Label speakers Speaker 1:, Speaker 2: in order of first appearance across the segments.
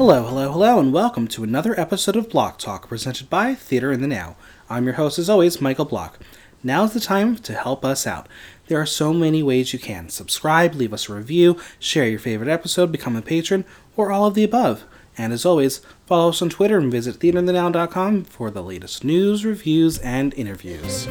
Speaker 1: Hello, hello, hello, and welcome to another episode of Block Talk presented by Theater in the Now. I'm your host, as always, Michael Block. Now's the time to help us out. There are so many ways you can subscribe, leave us a review, share your favorite episode, become a patron, or all of the above. And as always, follow us on Twitter and visit theaterinthenow.com for the latest news, reviews, and interviews.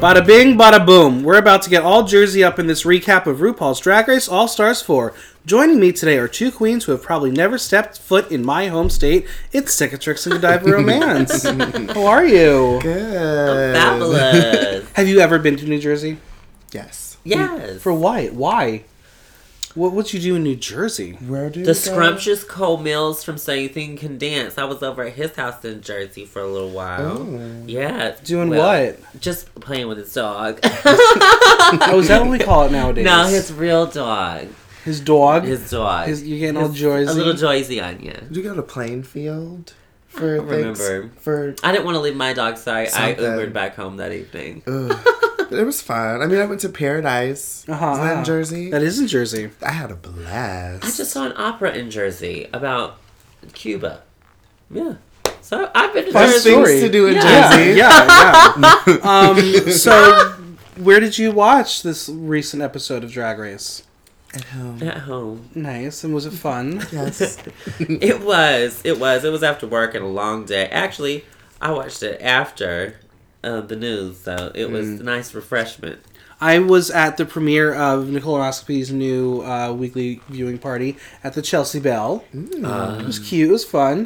Speaker 1: Bada bing, bada boom. We're about to get all Jersey up in this recap of RuPaul's Drag Race All Stars 4. Joining me today are two queens who have probably never stepped foot in my home state. It's Cicatrix and Godiva Romance. How are you?
Speaker 2: Good.
Speaker 3: Fabulous.
Speaker 1: Have you ever been to New Jersey?
Speaker 2: Yes.
Speaker 3: yes.
Speaker 1: For what? Why? What would you do in New Jersey?
Speaker 2: Where do
Speaker 3: the scrumptious Cole Mills from So You Think You Can Dance. I was over at his house in Jersey for a little while. Yeah.
Speaker 1: Oh. Doing
Speaker 3: what? Just playing with his dog.
Speaker 1: Oh, is that what we call it nowadays?
Speaker 3: no, his real dog.
Speaker 1: his dog.
Speaker 3: His dog.
Speaker 1: His- you're getting all Jersey.
Speaker 3: A little Jersey onion.
Speaker 2: Did you go to Plainfield for
Speaker 3: don't
Speaker 2: things?
Speaker 3: remember.
Speaker 2: For
Speaker 3: I didn't want to leave my dog, sorry. I
Speaker 2: Something.
Speaker 3: Ubered back home that evening.
Speaker 2: it was fun. I mean, I went to Paradise.
Speaker 1: Uh-huh,
Speaker 2: Is that
Speaker 1: uh-huh.
Speaker 2: in Jersey?
Speaker 1: That is in Jersey.
Speaker 2: I had a blast.
Speaker 3: I just saw an opera in Jersey about Cuba. Yeah. So I've been to
Speaker 2: Fun
Speaker 3: Jersey.
Speaker 1: story.
Speaker 2: things to do in
Speaker 3: Yeah.
Speaker 2: Jersey.
Speaker 1: yeah, yeah. um, so, where did you watch this recent episode of Drag Race?
Speaker 2: At home.
Speaker 3: At home.
Speaker 1: Nice, and was it fun?
Speaker 2: Yes.
Speaker 3: It was. It was. It was after work and a long day. Actually, I watched it after uh, the news, so it was a nice refreshment.
Speaker 1: I was at the premiere of Nicolonoscopy's new uh, weekly viewing party at the Chelsea Bell. It was cute. It was fun.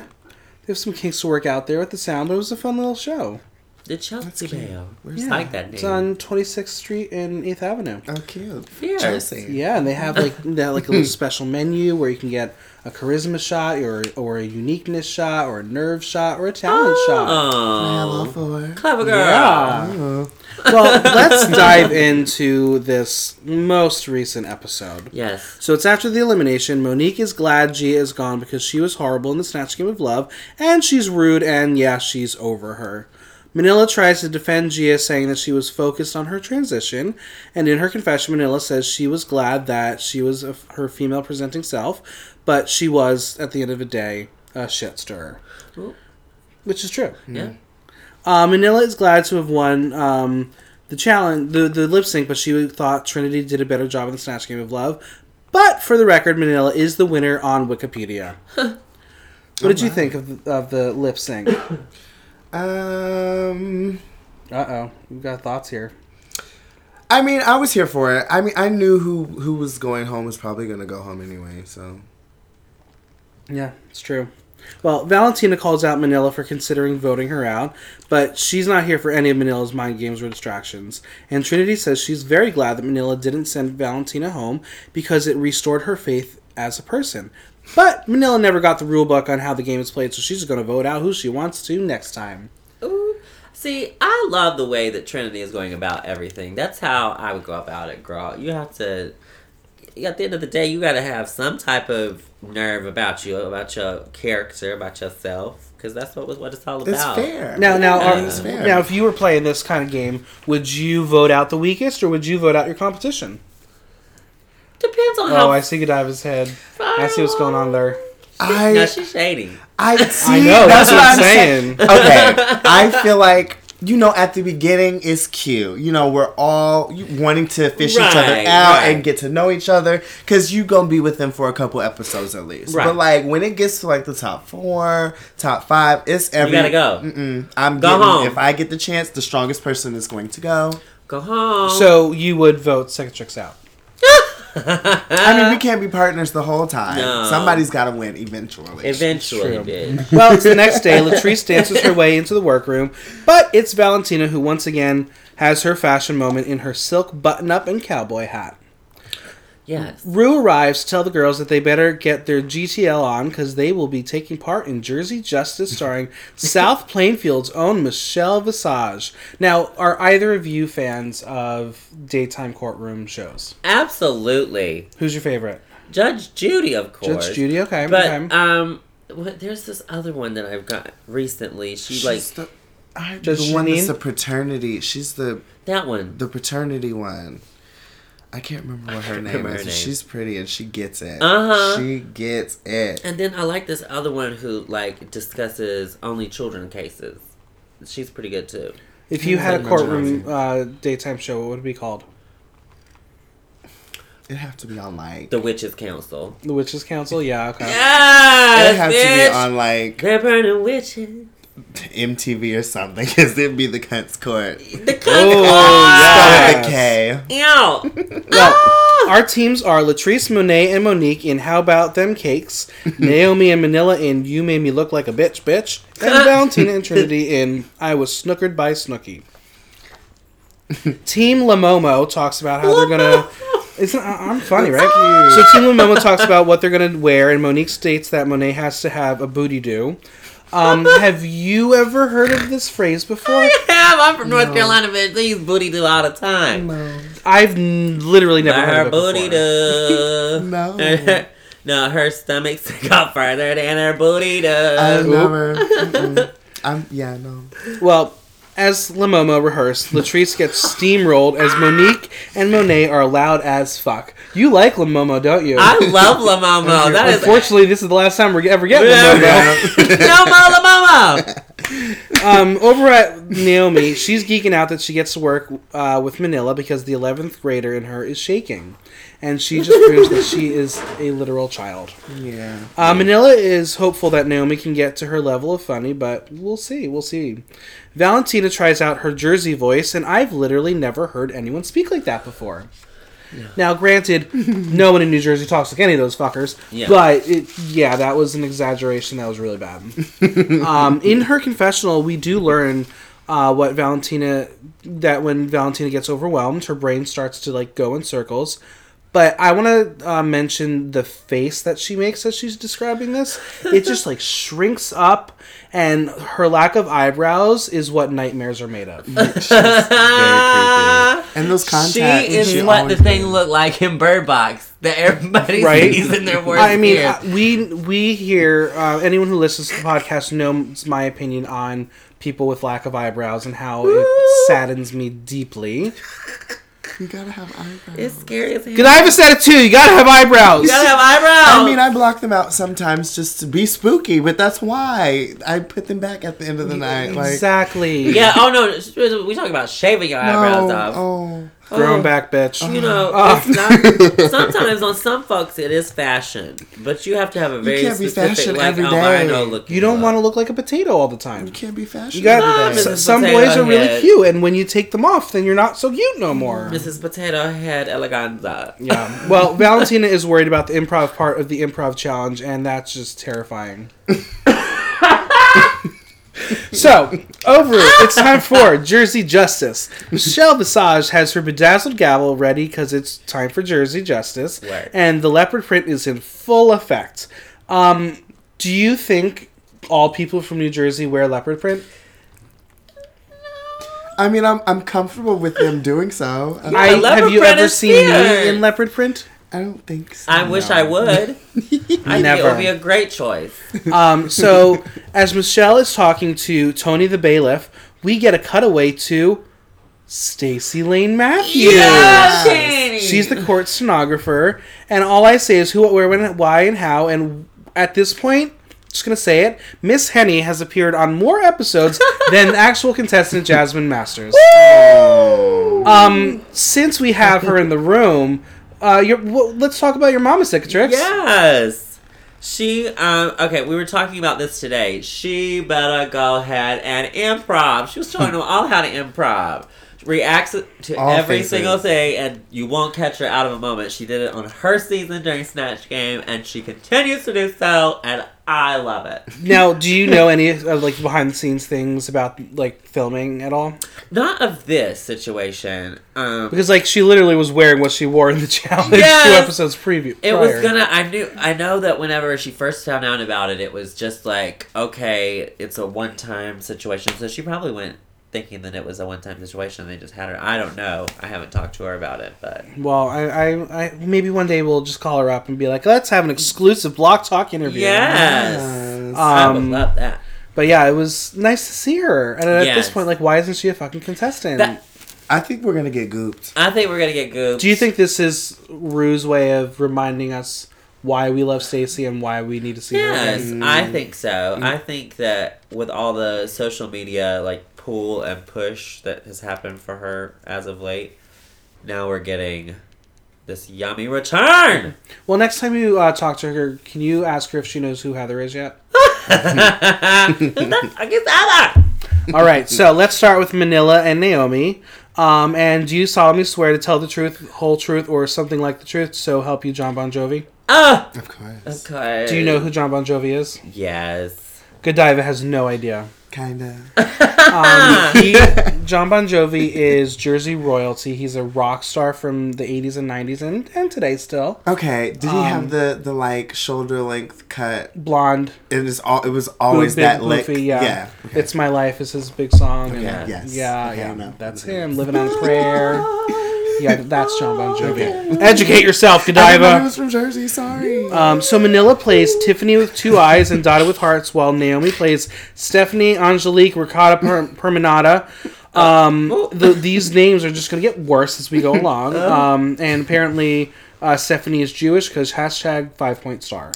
Speaker 1: They have some kinks to work out there with the sound, but it was a fun little show.
Speaker 3: The Chelsea
Speaker 2: cute.
Speaker 3: Bell.
Speaker 2: Where's
Speaker 3: I like that name.
Speaker 1: It's on 26th Street and 8th Avenue.
Speaker 2: oh, cute.
Speaker 3: Yes.
Speaker 2: Jersey.
Speaker 1: Yeah, and they have like they have, like a little special menu where you can get a charisma shot or or a uniqueness shot or a nerve shot or a talent shot.
Speaker 2: I am all
Speaker 3: Oh,
Speaker 2: for.
Speaker 3: clever girl.
Speaker 1: Yeah.
Speaker 2: Oh.
Speaker 1: Well, let's dive into this most recent episode.
Speaker 3: Yes.
Speaker 1: So it's after the elimination. Monique is glad Gia is gone because she was horrible in the Snatch Game of Love, and she's rude, and yeah, she's over her. Manila tries to defend Gia, saying that she was focused on her transition, and in her confession, Manila says she was glad that she was a, her female presenting self, but she was, at the end of the day, a shit stirrer.
Speaker 3: Ooh.
Speaker 1: Which is true.
Speaker 3: Yeah.
Speaker 1: Uh, Manila is glad to have won um, the challenge, the, the lip sync, but she thought Trinity did a better job in the Snatch Game of Love. But for the record, Manila is the winner on Wikipedia. what did you think of the, of the lip sync? uh
Speaker 2: Um.
Speaker 1: oh, we've got thoughts here.
Speaker 2: I mean, I was here for it. I mean, I knew who who was going home was probably going to go home anyway. So
Speaker 1: Yeah, it's true. Well, Valentina calls out Manila for considering voting her out, but she's not here for any of Manila's mind games or distractions. And Trinity says she's very glad that Manila didn't send Valentina home because it restored her faith as a person. But Manila never got the rule book on how the game is played, so she's going to vote out who she wants to next time.
Speaker 3: Ooh. See, I love the way that Trinity is going about everything. That's how I would go about it, girl. You have to. At the end of the day, you got to have some type of nerve about you, about your character, about yourself, because that's what what it's all about.
Speaker 2: it's fair.
Speaker 1: Now, now,
Speaker 3: Yeah,
Speaker 1: are-
Speaker 3: it's
Speaker 2: fair.
Speaker 1: now, if you were playing this kind of game, would you vote out the weakest or would you vote out your competition?
Speaker 3: Depends on how.
Speaker 1: Oh, I see Godiva's head. I see what's going on there.
Speaker 2: I
Speaker 3: No, she's shady.
Speaker 2: I see.
Speaker 1: I know. That's, what I'm saying.
Speaker 2: okay. I feel like you know at the beginning is cute. You know we're all you- wanting to fish each other
Speaker 3: Right,
Speaker 2: out
Speaker 3: right.
Speaker 2: and get to know each other because you gonna be with them for a couple episodes at least.
Speaker 3: Right.
Speaker 2: But like when it gets to like the top four, top five, it's every.
Speaker 3: gotta go.
Speaker 2: Mm-mm, I'm
Speaker 3: Go
Speaker 2: getting,
Speaker 3: home.
Speaker 2: If I get the chance, the strongest person is going to go.
Speaker 3: Go home.
Speaker 1: So you would vote Cicatrix out.
Speaker 2: I mean, we can't be partners the whole time.
Speaker 3: Uh, No.
Speaker 2: Somebody's got to win eventually.
Speaker 3: eventually,
Speaker 1: True.
Speaker 3: bitch.
Speaker 1: Well, it's the next day. Latrice dances her way into the workroom, but it's Valentina who once again has her fashion moment in her silk button up and cowboy hat.
Speaker 3: Yes.
Speaker 1: Rue arrives to tell the girls that they better get their GTL on because they will be taking part in Jersey Justice starring South Plainfield's own Michelle Visage. Now, are either of you fans of daytime courtroom shows?
Speaker 3: Absolutely.
Speaker 1: Who's your favorite?
Speaker 3: Judge Judy, of course.
Speaker 1: Judge Judy, okay.
Speaker 3: But
Speaker 1: okay.
Speaker 3: um, what, there's this other one that I've got recently. She like
Speaker 2: She's the, I,
Speaker 1: Judge
Speaker 2: she
Speaker 1: Juanine?
Speaker 2: was the fraternity. She's the
Speaker 3: that one.
Speaker 2: the paternity one. I can't remember what her name
Speaker 3: remember
Speaker 2: is.
Speaker 3: her
Speaker 2: but
Speaker 3: name.
Speaker 2: She's pretty and she gets it.
Speaker 3: Uh-huh.
Speaker 2: She gets it.
Speaker 3: And then I like this other one who like discusses only children cases. She's pretty good too.
Speaker 1: if you had a
Speaker 2: Judge
Speaker 1: courtroom
Speaker 2: Judy.
Speaker 1: uh, daytime show, what would it be called?
Speaker 2: It'd have to be on like.
Speaker 3: The Witches Council.
Speaker 1: The Witches Council? Yeah, okay.
Speaker 2: It'd
Speaker 3: Yes,
Speaker 2: have to
Speaker 3: bitch!
Speaker 2: be on like
Speaker 3: They're burning witches.
Speaker 2: MTV or something because it'd be the Cunts Court.
Speaker 3: The cunt
Speaker 1: Oh,
Speaker 3: oh,
Speaker 2: Start with a K.
Speaker 1: Well, our teams are Latrice Monet and Monique in How About Them Cakes, Naomi and Manila in You Made Me Look Like a Bitch, Bitch, and Valentina and Trinity in I Was Snookered by Snooky. Team Lamomo talks about how they're gonna. Isn't I- I'm funny, right? So Team Lamomo talks about what they're gonna wear, and Monique states that Monet has to have a booty do. Um, have you ever heard of this phrase before?
Speaker 3: Damn, I'm from North Carolina, but these booty do all the time.
Speaker 1: I've n- literally never heard
Speaker 3: Her
Speaker 1: of it
Speaker 3: booty
Speaker 1: before.
Speaker 3: do.
Speaker 2: No.
Speaker 3: no, her stomach got further than her booty do.
Speaker 2: I never. mm-mm. I'm yeah no.
Speaker 1: Well, as Lamomo rehearsed, Latrice gets steamrolled as Monique and Monet are loud as fuck. You like Lamomo, don't you?
Speaker 3: I love La Momo. That is
Speaker 1: Unfortunately, this is the last time we're ever getting
Speaker 3: Yeah.
Speaker 1: Lamomo.
Speaker 3: no Mo La Momo.
Speaker 1: Um, over at Naomi, she's geeking out that she gets to work uh, with Manila because the 11th grader in her is shaking. And she just proves that she is a literal child.
Speaker 2: Yeah.
Speaker 1: Uh, Manila is hopeful that Naomi can get to her level of funny, but we'll see. We'll see. Valentina tries out her Jersey voice, and I've literally never heard anyone speak like that before. Now, granted, no one in New Jersey talks like any of those fuckers,
Speaker 3: Yeah.
Speaker 1: but it, yeah, that was an exaggeration. That was really bad. um, in her confessional, we do learn uh, what Valentina that when Valentina gets overwhelmed, her brain starts to like go in circles. But I want to uh, mention the face that she makes as she's describing this. It just like shrinks up, and her lack of eyebrows is what nightmares are made of.
Speaker 2: She's very creepy. And those contacts.
Speaker 3: She is what the
Speaker 2: always
Speaker 3: thing
Speaker 2: been.
Speaker 3: looked like in Bird Box that everybody
Speaker 1: Right?
Speaker 3: sees in their worst
Speaker 1: I mean,
Speaker 3: fear.
Speaker 1: uh, we we here. Uh, anyone who listens to the podcast knows my opinion on people with lack of eyebrows and how it saddens me deeply.
Speaker 2: You gotta have eyebrows.
Speaker 3: it's scary as hell.
Speaker 1: Good, I have a set of two. You gotta have eyebrows.
Speaker 3: You gotta have eyebrows.
Speaker 2: I mean, I block them out sometimes just to be spooky, but that's why I put them back at the end of the night. Like,
Speaker 1: exactly.
Speaker 3: yeah. Oh no, we talking about shaving your eyebrows
Speaker 2: no,
Speaker 3: off.
Speaker 2: oh,
Speaker 1: Grown
Speaker 3: Oh.
Speaker 1: back, bitch.
Speaker 3: You know,
Speaker 1: Oh.
Speaker 3: it's not, sometimes on some folks it is fashion, but you have to have a very
Speaker 2: can't be
Speaker 3: specific,
Speaker 2: fashion
Speaker 3: like
Speaker 2: every
Speaker 3: albino
Speaker 2: day.
Speaker 3: look.
Speaker 1: You don't want to look like a potato all the time.
Speaker 2: you can't be fashion.
Speaker 1: You got
Speaker 3: Ah,
Speaker 1: s-
Speaker 3: Mrs.
Speaker 1: some
Speaker 3: Potato
Speaker 1: boys are really
Speaker 3: Head.
Speaker 1: cute, and when you take them off, then you're not so cute no more.
Speaker 3: Mrs. Potato Head Eleganza.
Speaker 1: Yeah. Well, Valentina is worried about the improv part of the improv challenge, and that's just terrifying. so, over, it's time for Jersey Justice. Michelle Visage has her bedazzled gavel ready because it's time for Jersey Justice,
Speaker 3: Word.
Speaker 1: and the leopard print is in full effect. Um, do you think all people from New Jersey wear leopard print?
Speaker 2: I mean, I'm I'm comfortable with them doing so. I,
Speaker 1: I,
Speaker 2: don't-
Speaker 3: leopard
Speaker 1: have you
Speaker 3: print
Speaker 1: ever
Speaker 3: is
Speaker 1: seen
Speaker 3: here.
Speaker 1: me in leopard print?
Speaker 2: I don't think so.
Speaker 3: I wish I would. I think it
Speaker 1: Never.
Speaker 3: would be a great choice.
Speaker 1: Um, so, as Michelle is talking to Tony the bailiff, we get a cutaway to Stacy Lane Matthews.
Speaker 3: Shani.
Speaker 1: She's the court stenographer, and all I say is who, what, where, when, why, and how. And at this point, just gonna say it: Miss Henny has appeared on more episodes than the actual contestant Jasmine Masters. um, since we have her in the room, uh, your, well, let's talk about your mama, Cicatrix.
Speaker 3: Yes. She um okay, we were talking about this today. She better go ahead and improv. She was showing them all how to improv. Reacts to
Speaker 2: All
Speaker 3: every
Speaker 2: faces.
Speaker 3: single thing and you won't catch her out of a moment. She did it on her season during Snatch Game and she continues to do so and I love it.
Speaker 1: Now, do you know any uh, like behind the scenes things about like filming at all?
Speaker 3: Not of this situation. Um
Speaker 1: Because like she literally was wearing what she wore in the challenge two
Speaker 3: Yes!
Speaker 1: episodes preview.
Speaker 3: It
Speaker 1: prior.
Speaker 3: was gonna. I knew. I know that whenever she first found out about it, it was just like, okay, it's a one-time situation. So she probably went. thinking that it was a one time situation and they just had her. I don't know. I haven't talked to her about it, but
Speaker 1: Well, I, I, I maybe one day we'll just call her up and be like, let's have an exclusive block talk interview.
Speaker 3: yes, I would
Speaker 1: Um,
Speaker 3: love that.
Speaker 1: But yeah, it was nice to see her. And at this
Speaker 3: Yes.
Speaker 1: point, like, why isn't she a fucking contestant?
Speaker 3: That-
Speaker 2: I think we're gonna get gooped.
Speaker 3: I think we're gonna get gooped.
Speaker 1: Do you think this is Rue's way of reminding us why we love Stacy and why we need to see her?
Speaker 3: Yes,
Speaker 1: again?
Speaker 3: I think so. I think that
Speaker 1: Mm-hmm.
Speaker 3: with all the social media like pull and push that has happened for her as of late, now we're getting this yummy return.
Speaker 1: Well, next time you uh, talk to her, can you ask her if she knows who Heather is yet?
Speaker 3: That's against Ella.
Speaker 1: All right, so let's start with Manila and Naomi. Um, and do you solemnly swear to tell the truth, whole truth, or something like the truth? So help you, John Bon Jovi.
Speaker 3: Oh,
Speaker 2: Of course.
Speaker 3: okay.
Speaker 1: Uh, Do you know who John Bon Jovi is?
Speaker 3: Yes.
Speaker 1: Godiva has no idea.
Speaker 2: Kinda.
Speaker 1: Um, he, John Bon Jovi is Jersey royalty. He's a rock star from the 80s and 90s and, and today still.
Speaker 2: Okay. Did he
Speaker 1: Um,
Speaker 2: have the the like shoulder length cut?
Speaker 1: Blonde.
Speaker 2: It was all. It was always
Speaker 1: big
Speaker 2: that lick.
Speaker 1: Luffy, yeah.
Speaker 2: Yeah. Okay.
Speaker 1: It's My Life is his big song. and-
Speaker 2: yeah.
Speaker 3: Yeah.
Speaker 2: Yes.
Speaker 1: Yeah,
Speaker 2: Okay,
Speaker 1: yeah.
Speaker 2: no.
Speaker 1: That's him. Living on a Prayer. Yeah, that's John Bon Jovi. Educate yourself,
Speaker 2: I thought
Speaker 1: Godiva.
Speaker 2: he was from Jersey. Sorry.
Speaker 1: Um, so Manila plays Tiffany with two eyes and dotted with hearts, while Naomi plays Stephanie, Angelique, Ricotta, per- Permanata. Um, the, these names are just going to get worse as we go along. Um, and apparently, uh, Stephanie is Jewish because hashtag five point star.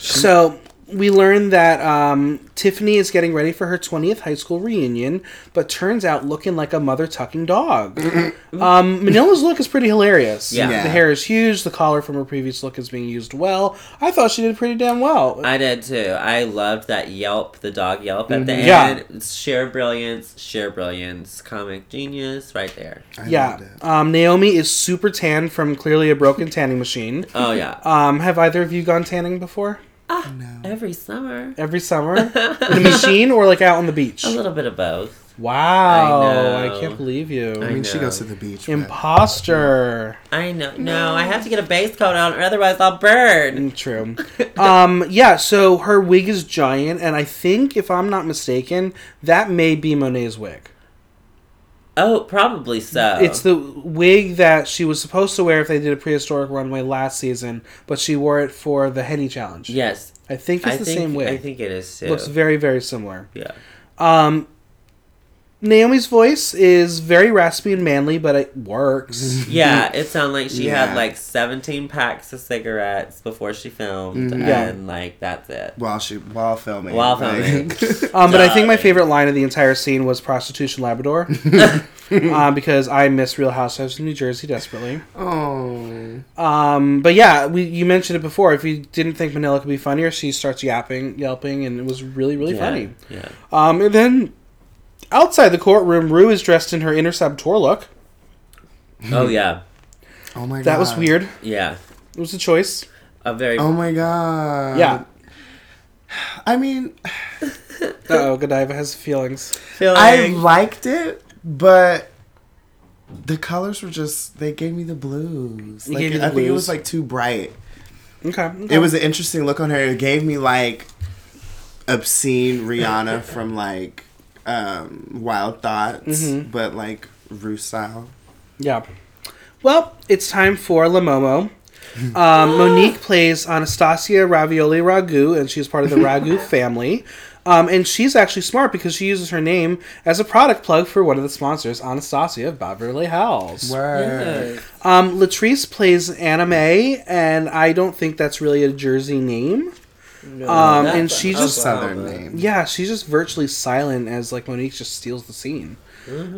Speaker 1: so we learn that um, Tiffany is getting ready for her 20th high school reunion, but turns out looking like a mother tucking dog. Um, Manila's look is pretty hilarious.
Speaker 3: Yeah.
Speaker 2: Yeah.
Speaker 1: The hair is huge. The collar from her previous look is being used well. I thought she did pretty damn well.
Speaker 3: I did too. I loved that Yelp, the dog Yelp at the
Speaker 1: Mhm.
Speaker 3: end.
Speaker 1: Yeah.
Speaker 3: Sheer brilliance, sheer brilliance, comic genius, right there.
Speaker 2: I
Speaker 1: yeah.
Speaker 2: loved it.
Speaker 1: Um, Naomi is super tan from clearly a broken tanning machine.
Speaker 3: Oh yeah.
Speaker 1: Um, have either of you gone tanning before?
Speaker 2: No.
Speaker 3: Every summer,
Speaker 1: Every summer? the machine or like out on the beach?
Speaker 3: a little bit of both.
Speaker 1: Wow.
Speaker 3: I know.
Speaker 1: I can't believe
Speaker 2: I
Speaker 1: you.
Speaker 2: mean, she
Speaker 3: know.
Speaker 2: goes to the beach. but-
Speaker 1: Imposter.
Speaker 3: I know. No, I have to get a base coat on, or otherwise I'll
Speaker 1: Mm.
Speaker 3: burn.
Speaker 1: True. Um, yeah, so her wig is giant, and I think, if I'm not mistaken, that may be Monet's wig.
Speaker 3: Oh, probably so.
Speaker 1: It's the wig that she was supposed to wear if they did a prehistoric runway last season, but she wore it for the Henny Challenge.
Speaker 3: yes.
Speaker 1: I think it's
Speaker 3: I
Speaker 1: the
Speaker 3: think
Speaker 1: same wig.
Speaker 3: I think it is too.
Speaker 1: Looks very, very similar.
Speaker 3: yeah.
Speaker 1: Um, Naomi's voice is very raspy and manly, but it works.
Speaker 3: Yeah, it sounded like she
Speaker 2: Yeah.
Speaker 3: had like 17 packs of cigarettes before she filmed,
Speaker 2: Mm-hmm.
Speaker 1: Yeah.
Speaker 3: and like that's it.
Speaker 2: While she while filming.
Speaker 3: While
Speaker 2: like-
Speaker 1: Um, but I think my
Speaker 3: Darling.
Speaker 1: favorite line of the entire scene was "Prostitution Labrador," uh, because I miss Real Housewives of New Jersey desperately.
Speaker 2: oh.
Speaker 1: Um, but yeah, we, you mentioned it before. If you didn't think Manila could be funnier, she starts yapping, yelping, and it was really, really
Speaker 3: yeah.
Speaker 1: funny.
Speaker 3: Yeah.
Speaker 1: Um, and then outside the courtroom, Rue is dressed in her inner saboteur look.
Speaker 3: Oh yeah.
Speaker 2: Oh my god.
Speaker 1: That was weird.
Speaker 3: Yeah.
Speaker 1: It was a choice.
Speaker 3: A very
Speaker 2: Oh my god.
Speaker 1: yeah.
Speaker 2: I mean,
Speaker 1: Uh oh, Godiva has feelings.
Speaker 2: I
Speaker 3: feeling.
Speaker 2: liked it, but the colors were just they gave me the blues.
Speaker 1: It
Speaker 2: Like,
Speaker 1: gave you the
Speaker 2: I think it
Speaker 1: blues.
Speaker 2: was like too bright.
Speaker 1: Okay. okay.
Speaker 2: It was an interesting look on her. It gave me like obscene Rihanna from like um Wild Thoughts,
Speaker 3: Mm-hmm.
Speaker 1: Mhm.
Speaker 2: but like Rue style.
Speaker 1: Yeah. Well, it's time for La Momo. Um, Monique plays Anastasia Ravioli Ragu, and she's part of the Ragu family. Um, and she's actually smart because she uses her name as a product plug for one of the sponsors, Anastasia of Beverly Hills.
Speaker 2: Word.
Speaker 3: Yes.
Speaker 1: Um, Latrice plays Anime, and I don't think that's really a Jersey name. Um, and
Speaker 3: That's Oh,
Speaker 1: she
Speaker 3: an
Speaker 1: just-
Speaker 2: Southern
Speaker 3: Oklahoma.
Speaker 2: name.
Speaker 1: Yeah, she's just virtually silent as like Monique just steals the scene.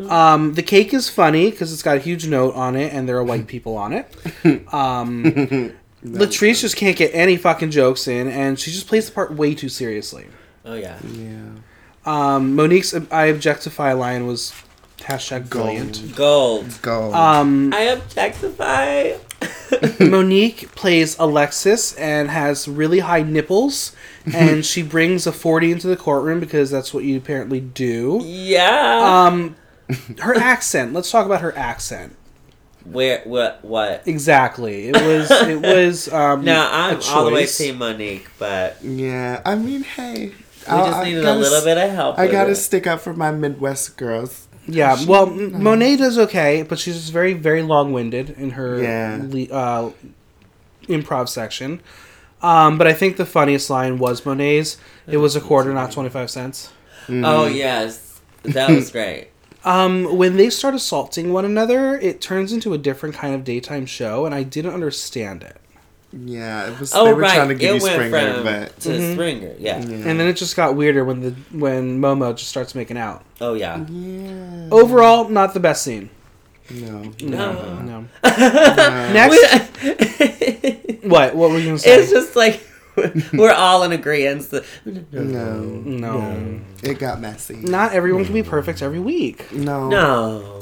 Speaker 1: Um, the cake is funny because it's got a huge note on it, and there are white people on it. Um, Latrice just can't get any fucking jokes in, and she just plays the part way too seriously.
Speaker 3: Oh yeah.
Speaker 2: Yeah.
Speaker 1: Um, Monique's "I objectify" line was hashtag
Speaker 2: Gold.
Speaker 1: brilliant.
Speaker 3: Gold.
Speaker 2: Go. Mm.
Speaker 1: Um,
Speaker 3: I objectify.
Speaker 1: Monique plays Alexis and has really high nipples, and she brings a 40 into the courtroom because that's what you apparently do.
Speaker 3: yeah.
Speaker 1: Um, her accent. Let's talk about her accent.
Speaker 3: Where? What? What?
Speaker 1: Exactly. It was. It was. Um,
Speaker 3: Now I'm
Speaker 1: a
Speaker 3: all the way
Speaker 1: choice.
Speaker 3: team Monique, but
Speaker 2: yeah. Oh, I mean, hey.
Speaker 3: We just needed a little bit of help.
Speaker 2: I
Speaker 3: with
Speaker 2: gotta
Speaker 3: it.
Speaker 2: stick up for my Midwest girls.
Speaker 1: Yeah, well,
Speaker 3: um,
Speaker 1: M- Monet does okay, but she's just very, very long winded in her
Speaker 2: Yeah.
Speaker 1: le- uh, improv section. Um, but I think the funniest line was Monet's. It was a quarter, not 25 cents.
Speaker 3: Oh
Speaker 2: Mm.
Speaker 3: yes, that was great.
Speaker 1: Um, when they start assaulting one another, it turns into a different kind of daytime show, and I didn't understand it.
Speaker 2: Yeah, it was.
Speaker 3: oh
Speaker 2: they were
Speaker 3: right,
Speaker 2: trying to give
Speaker 3: it
Speaker 2: you
Speaker 3: went
Speaker 2: Springer,
Speaker 3: from
Speaker 2: but Mm-hmm.
Speaker 3: to Springer. Yeah.
Speaker 1: And then it just got weirder when the when Momo just starts making out.
Speaker 3: Oh yeah.
Speaker 2: yeah,
Speaker 1: Overall, not the best scene.
Speaker 2: no,
Speaker 3: Mm-hmm. No.
Speaker 1: No.
Speaker 2: no.
Speaker 1: Next, what? What were you gonna say?
Speaker 3: it's just like we're all in agreement. No.
Speaker 2: no,
Speaker 1: no.
Speaker 2: it got messy.
Speaker 1: Not everyone can be perfect every week.
Speaker 2: No,
Speaker 3: No.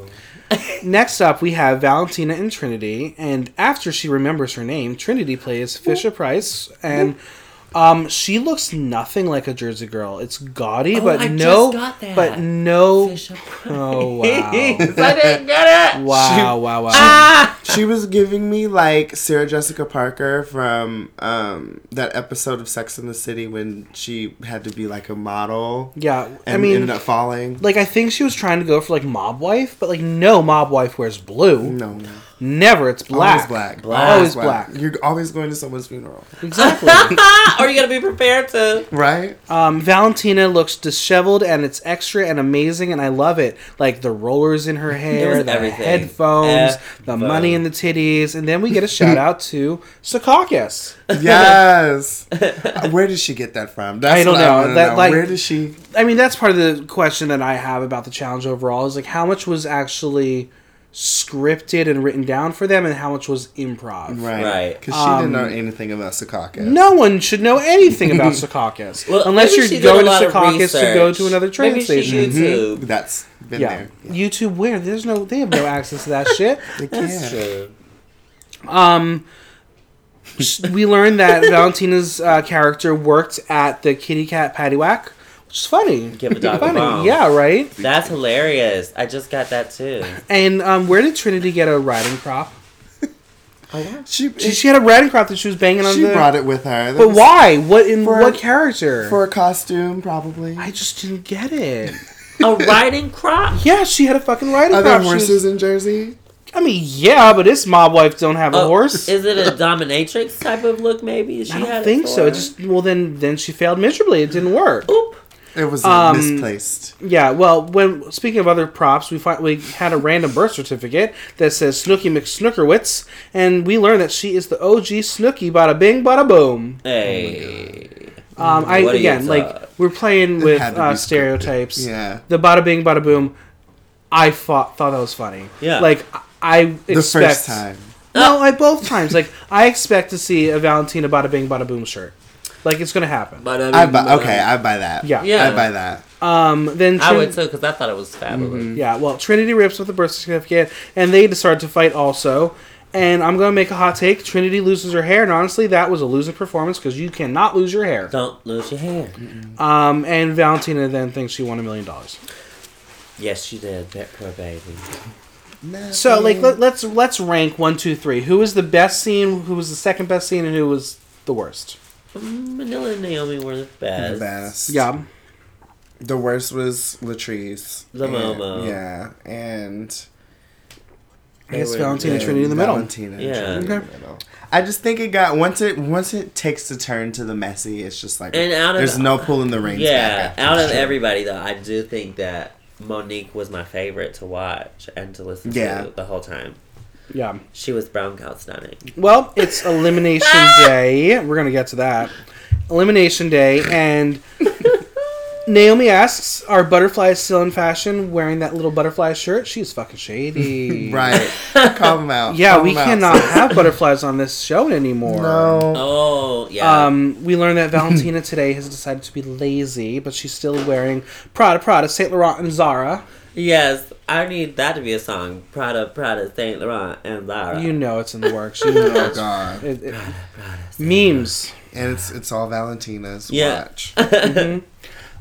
Speaker 1: Next up, we have Valentina and Trinity, and after she remembers her name, Trinity plays Fisher Price, and um, she looks nothing like a Jersey girl. It's gaudy,
Speaker 3: Oh,
Speaker 1: but
Speaker 3: I just
Speaker 1: no,
Speaker 3: got that.
Speaker 1: but no.
Speaker 3: Fisher
Speaker 1: Oh wow!
Speaker 3: I didn't get it.
Speaker 1: Wow! wow! Wow!
Speaker 3: Ah!
Speaker 2: She was giving me like Sarah Jessica Parker from um, that episode of Sex in the City when she had to be like a model
Speaker 1: yeah,
Speaker 2: and
Speaker 1: I mean,
Speaker 2: ended up falling.
Speaker 1: like I think she was trying to go for like mob wife, but like no mob wife wears blue.
Speaker 2: No,
Speaker 1: Never, it's black.
Speaker 2: always black,
Speaker 3: Black.
Speaker 1: Always black.
Speaker 2: You're always going to someone's funeral,
Speaker 1: Exactly.
Speaker 3: Are Ah, you gonna be prepared to?
Speaker 2: right?
Speaker 1: Um, Valentina looks disheveled and it's extra and amazing and I love it. Like the rollers in her hair,
Speaker 3: was
Speaker 1: the
Speaker 3: everything.
Speaker 1: headphones, the
Speaker 3: Everything.
Speaker 1: money in the titties, and then we get a shout out to Secaucus.
Speaker 2: Yes. Where did she get that from? That's
Speaker 1: I don't
Speaker 2: what
Speaker 1: know.
Speaker 2: wanna
Speaker 1: That, like-
Speaker 2: Where did she?
Speaker 1: I mean, that's part of the question that I have about the challenge overall is like how much was actually scripted and written down for them and how much was improv.
Speaker 2: Right.
Speaker 3: Right.
Speaker 2: Because she didn't know anything about Secaucus.
Speaker 1: Um, No one should know anything about Secaucus
Speaker 3: Well,
Speaker 1: unless
Speaker 3: maybe
Speaker 1: you're
Speaker 3: she did
Speaker 1: going
Speaker 3: a
Speaker 1: to
Speaker 3: lot of
Speaker 1: Secaucus to go
Speaker 3: research.
Speaker 1: to another train
Speaker 3: Maybe she
Speaker 1: station. Mm-hmm.
Speaker 3: did. too.
Speaker 2: That's been
Speaker 1: Yeah.
Speaker 2: there.
Speaker 1: YouTube where there's no they have no access to that shit.
Speaker 2: They can't.
Speaker 3: That's true.
Speaker 1: Um, we learned that Valentina's uh, character worked at the Kitty Cat Patty Whack, which is funny.
Speaker 3: Give a dog a
Speaker 1: funny.
Speaker 3: bone.
Speaker 1: Yeah, right.
Speaker 3: That's hilarious. I just got that too.
Speaker 1: And um, where did Trinity get a riding crop?
Speaker 2: She,
Speaker 1: She, she had a riding crop that she was banging on
Speaker 2: she
Speaker 1: the.
Speaker 2: brought it with her. That
Speaker 1: but
Speaker 2: was
Speaker 1: why? What in
Speaker 2: For-
Speaker 1: what character?
Speaker 2: For a costume, probably.
Speaker 1: I just didn't get it.
Speaker 3: A riding crop.
Speaker 1: Yeah, she had a fucking riding
Speaker 2: Are
Speaker 1: crop.
Speaker 2: there
Speaker 1: She was-
Speaker 2: horses in Jersey?
Speaker 1: I mean, yeah, but this mob wife don't have a
Speaker 3: Oh,
Speaker 1: horse.
Speaker 3: Is it a dominatrix type of look? Maybe she
Speaker 1: I don't
Speaker 3: had it
Speaker 1: think so.
Speaker 3: for?
Speaker 1: It just Oh well, then then she failed miserably. It didn't work.
Speaker 3: oop.
Speaker 2: It was
Speaker 1: Um,
Speaker 2: misplaced.
Speaker 1: Yeah, well, when speaking of other props, we find we had a random birth certificate that says Snooky McSnookerwitz, and we learned that she is the OG Snooky. Bada bing, bada boom.
Speaker 3: Hey.
Speaker 1: Um, I
Speaker 3: What are your
Speaker 1: again, like
Speaker 3: thoughts?
Speaker 1: we're playing with
Speaker 2: had to
Speaker 1: uh,
Speaker 2: be scripted.
Speaker 1: stereotypes.
Speaker 2: Yeah.
Speaker 1: The bada bing, bada boom. I thought thought that was funny.
Speaker 3: Yeah.
Speaker 1: Like I- I
Speaker 2: The
Speaker 1: expect
Speaker 2: first time.
Speaker 1: No, I both times. Like I expect to see a Valentina bada bing, bada boom shirt. Like it's gonna happen.
Speaker 3: But I
Speaker 2: I
Speaker 3: mean,
Speaker 2: buy,
Speaker 3: uh,
Speaker 2: okay, I buy that.
Speaker 1: Yeah.
Speaker 3: Yeah.
Speaker 2: I buy that.
Speaker 1: Um, then
Speaker 3: I
Speaker 1: Trin-
Speaker 3: would too because I thought it was fabulous.
Speaker 1: Yeah, well, Trinity rips with the birth certificate, and they decide to fight also. And I'm gonna make a hot take: Trinity loses her hair, and honestly, that was a losing performance because you cannot lose your hair.
Speaker 3: Don't lose your hair.
Speaker 1: Um, and Valentina then thinks she won a million dollars.
Speaker 3: Yes, she did. That poor baby.
Speaker 1: So, like, let, let's let's rank one, two, three. Who was the best scene? Who was the second best scene? And who was the worst?
Speaker 3: Manila and Naomi were the best.
Speaker 2: the best.
Speaker 1: Yeah,
Speaker 2: The worst was Latrice.
Speaker 3: The
Speaker 2: And-
Speaker 3: Momo.
Speaker 2: Yeah. And
Speaker 1: I guess
Speaker 3: were
Speaker 1: Valentina and
Speaker 2: and
Speaker 1: Trinity in the middle.
Speaker 2: Valentina and
Speaker 3: Yeah.
Speaker 2: Trinity in the middle. I just think it got once it once it takes the turn to the messy, it's just like
Speaker 3: And out of
Speaker 2: there's
Speaker 3: the-
Speaker 2: no pulling the reins
Speaker 3: Yeah,
Speaker 2: back. after
Speaker 3: out of
Speaker 2: sure.
Speaker 3: everybody though, I do think that Monique was my favorite to watch and to listen
Speaker 2: Yeah.
Speaker 3: to the whole time.
Speaker 1: Yeah.
Speaker 3: She was brown cow stunning.
Speaker 1: Well, it's elimination day. We're gonna get to that. Elimination day, and Naomi asks, "Are butterflies still in fashion? Wearing that little butterfly shirt? She's fucking shady,
Speaker 2: Right. Calm 'em out.
Speaker 1: Yeah,
Speaker 2: Calm
Speaker 1: we
Speaker 2: 'em out.
Speaker 1: cannot have butterflies on this show anymore.
Speaker 2: No.
Speaker 3: Oh yeah.
Speaker 1: Um, we learned that Valentina today has decided to be lazy, but she's still wearing Prada, Prada, Saint Laurent, and Zara.
Speaker 3: yes, I need that to be a song. Prada, Prada, Saint Laurent, and Lara.
Speaker 1: You know it's in the works. You know
Speaker 2: Oh god.
Speaker 1: it, it, memes.
Speaker 2: And it's it's all Valentina's
Speaker 3: Yeah.
Speaker 2: watch.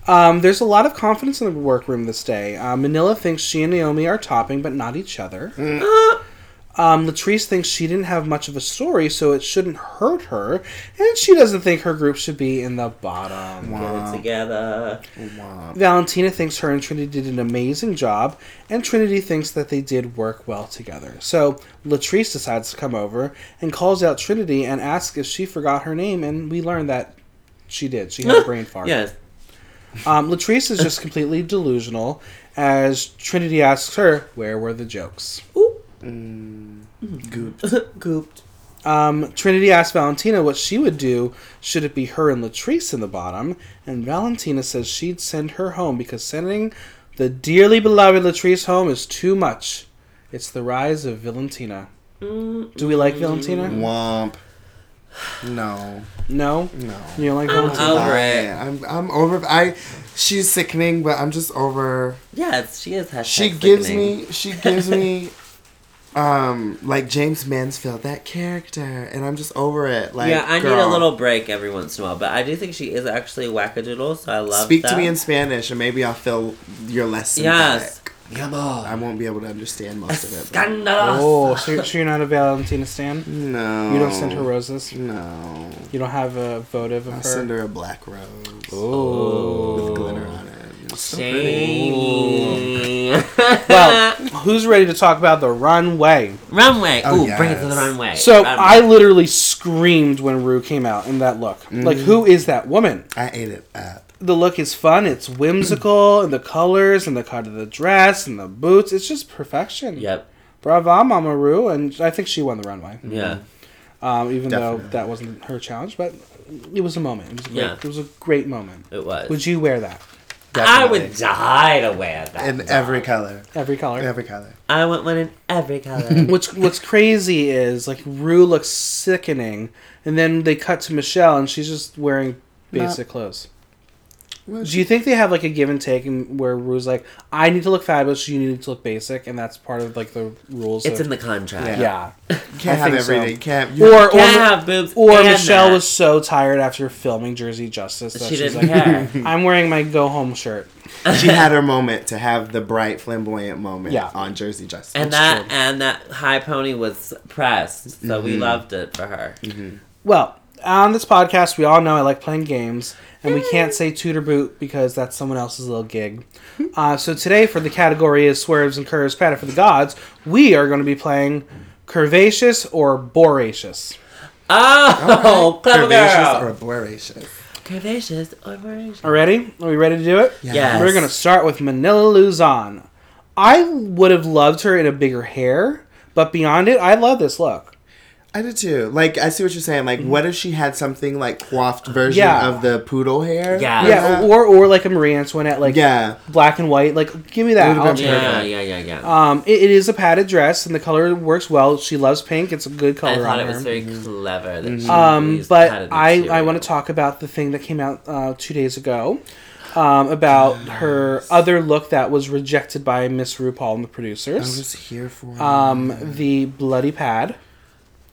Speaker 1: Um, there's a lot of confidence in the workroom this day. Uh, Manila thinks she and Naomi are topping, but not each other. Um, Latrice thinks she didn't have much of a story, so it shouldn't hurt her, and she doesn't think her group should be in the bottom.
Speaker 3: Get
Speaker 2: uh,
Speaker 3: it together.
Speaker 2: Wow.
Speaker 1: Valentina thinks her and Trinity did an amazing job, and Trinity thinks that they did work well together. So Latrice decides to come over and calls out Trinity and asks if she forgot her name, and we learn that she did. She had a brain fart.
Speaker 3: Yes.
Speaker 1: Um, Latrice is just completely delusional as Trinity asks her, Where were the jokes?
Speaker 3: Ooh. Mm.
Speaker 2: Goop.
Speaker 3: Gooped.
Speaker 1: Um, Trinity asks Valentina what she would do should it be her and Latrice in the bottom, and Valentina says she'd send her home because sending the dearly beloved Latrice home is too much. It's the rise of Valentina. Do we like
Speaker 2: Mm.
Speaker 1: Valentina?
Speaker 2: Womp. No.
Speaker 1: No?
Speaker 2: No.
Speaker 1: You don't like
Speaker 2: Um,
Speaker 3: I'm
Speaker 1: Valentina?
Speaker 3: Over
Speaker 2: I,
Speaker 3: it.
Speaker 2: am I'm over. I. She's sickening, but I'm just over.
Speaker 3: Yes, she is. Hashtag
Speaker 2: She gives
Speaker 3: sickening.
Speaker 2: me. She gives me. Um, like James Mansfield, that character, and I'm just over it. Like,
Speaker 3: yeah, I need a
Speaker 2: girl,
Speaker 3: little break every once in a while, but I do think she is actually wackadoodle, so I love
Speaker 2: Speak
Speaker 3: that.
Speaker 2: to me in Spanish, and maybe I'll feel your lesson.
Speaker 3: Yes.
Speaker 2: back. I
Speaker 3: Yabo.
Speaker 2: won't be able to understand most of it. but-
Speaker 3: Scandalous.
Speaker 1: Oh, so, so you're not a Valentina stan?
Speaker 2: No.
Speaker 1: You don't send her roses?
Speaker 2: No.
Speaker 1: You don't have a votive of
Speaker 2: I'll
Speaker 1: her?
Speaker 2: send her a black rose
Speaker 1: Oh.
Speaker 2: with glitter on it. So
Speaker 3: Shady.
Speaker 1: Well, who's ready to talk about the runway?
Speaker 3: runway.
Speaker 2: Oh,
Speaker 3: Ooh, bring it to the
Speaker 2: yes.
Speaker 3: runway.
Speaker 1: So
Speaker 3: runway.
Speaker 1: I literally screamed when Rue came out in that look.
Speaker 3: Mm.
Speaker 1: Like, who is that woman?
Speaker 2: I ate it up.
Speaker 1: The look is fun. It's whimsical, and the colors, and the cut of the dress, and the boots. It's just perfection.
Speaker 3: Yep.
Speaker 1: Bravo, Mama Rue, and I think she won the runway.
Speaker 3: Yeah.
Speaker 1: Um, even though
Speaker 2: Definitely.
Speaker 1: that wasn't her challenge, but it was a moment. It was a great,
Speaker 3: Yeah.
Speaker 1: it was a great moment.
Speaker 3: It was.
Speaker 1: Would you wear that?
Speaker 3: I
Speaker 2: Definitely.
Speaker 3: would die to wear that.
Speaker 2: in every color.
Speaker 1: Every color.
Speaker 2: Every color.
Speaker 3: I want one in every color.
Speaker 1: What's What's crazy is like Rue looks sickening, and then they cut to Michelle, and she's just wearing basic clothes. Do you think they have like a give and take, and where Rue's like, "I need to look fabulous, you need to look basic," and that's part of like the rules?
Speaker 3: it's
Speaker 1: of,
Speaker 3: in the contract.
Speaker 2: Yeah.
Speaker 1: yeah.
Speaker 2: can't
Speaker 1: I
Speaker 2: have
Speaker 1: think so.
Speaker 2: everything? Can't you?
Speaker 1: Or or,
Speaker 3: Can't have boobs.
Speaker 1: or
Speaker 3: and
Speaker 1: Michelle
Speaker 3: that.
Speaker 1: was so tired after filming Jersey Justice that
Speaker 3: She
Speaker 1: she's
Speaker 3: didn't
Speaker 1: like,
Speaker 3: care.
Speaker 1: "I'm wearing my go home shirt."
Speaker 2: she had her moment to have the bright, flamboyant moment
Speaker 1: Yeah.
Speaker 2: on Jersey Justice.
Speaker 3: and that and that high pony was pressed, so we loved it for her.
Speaker 1: Well, on this podcast, we all know I like playing games, and we can't say Tudor Boot because that's someone else's little gig. Uh, so today, for the category is swerves and curves, patter for the gods. We are going to be playing curvaceous or boracious.
Speaker 3: Oh, clever
Speaker 2: Curvaceous
Speaker 3: girl.
Speaker 2: or boracious?
Speaker 3: Curvaceous or voracious.
Speaker 1: Are ready? Are we ready to do it?
Speaker 3: Yes.
Speaker 1: We're going to start with Manila Luzon. I would have loved her in a bigger hair, but beyond it, I love this look.
Speaker 2: I do too. Like I see what you're saying. Like,
Speaker 3: Mm-hmm.
Speaker 2: what if she had something like coiffed version
Speaker 1: Yeah.
Speaker 2: of the poodle hair?
Speaker 3: Yeah.
Speaker 1: Yeah, or or like a Marie Antoinette, like
Speaker 2: Yeah.
Speaker 1: black and white. Like, give me that.
Speaker 2: Would've been
Speaker 1: I'll-
Speaker 3: Yeah,
Speaker 2: Perfect.
Speaker 3: yeah, yeah, yeah.
Speaker 1: Um, it, it is a padded dress, and the color works well. She loves pink; it's a good
Speaker 3: I
Speaker 1: color
Speaker 3: thought
Speaker 1: on
Speaker 3: it was
Speaker 1: her.
Speaker 3: very clever that she
Speaker 1: Um,
Speaker 3: used padded
Speaker 1: but I, I
Speaker 3: material.
Speaker 1: want to talk about the thing that came out uh, two days ago um, about her other look that was rejected by Miss RuPaul and the
Speaker 2: I
Speaker 1: producers.
Speaker 2: was here for. it.
Speaker 1: Um, the bloody pad.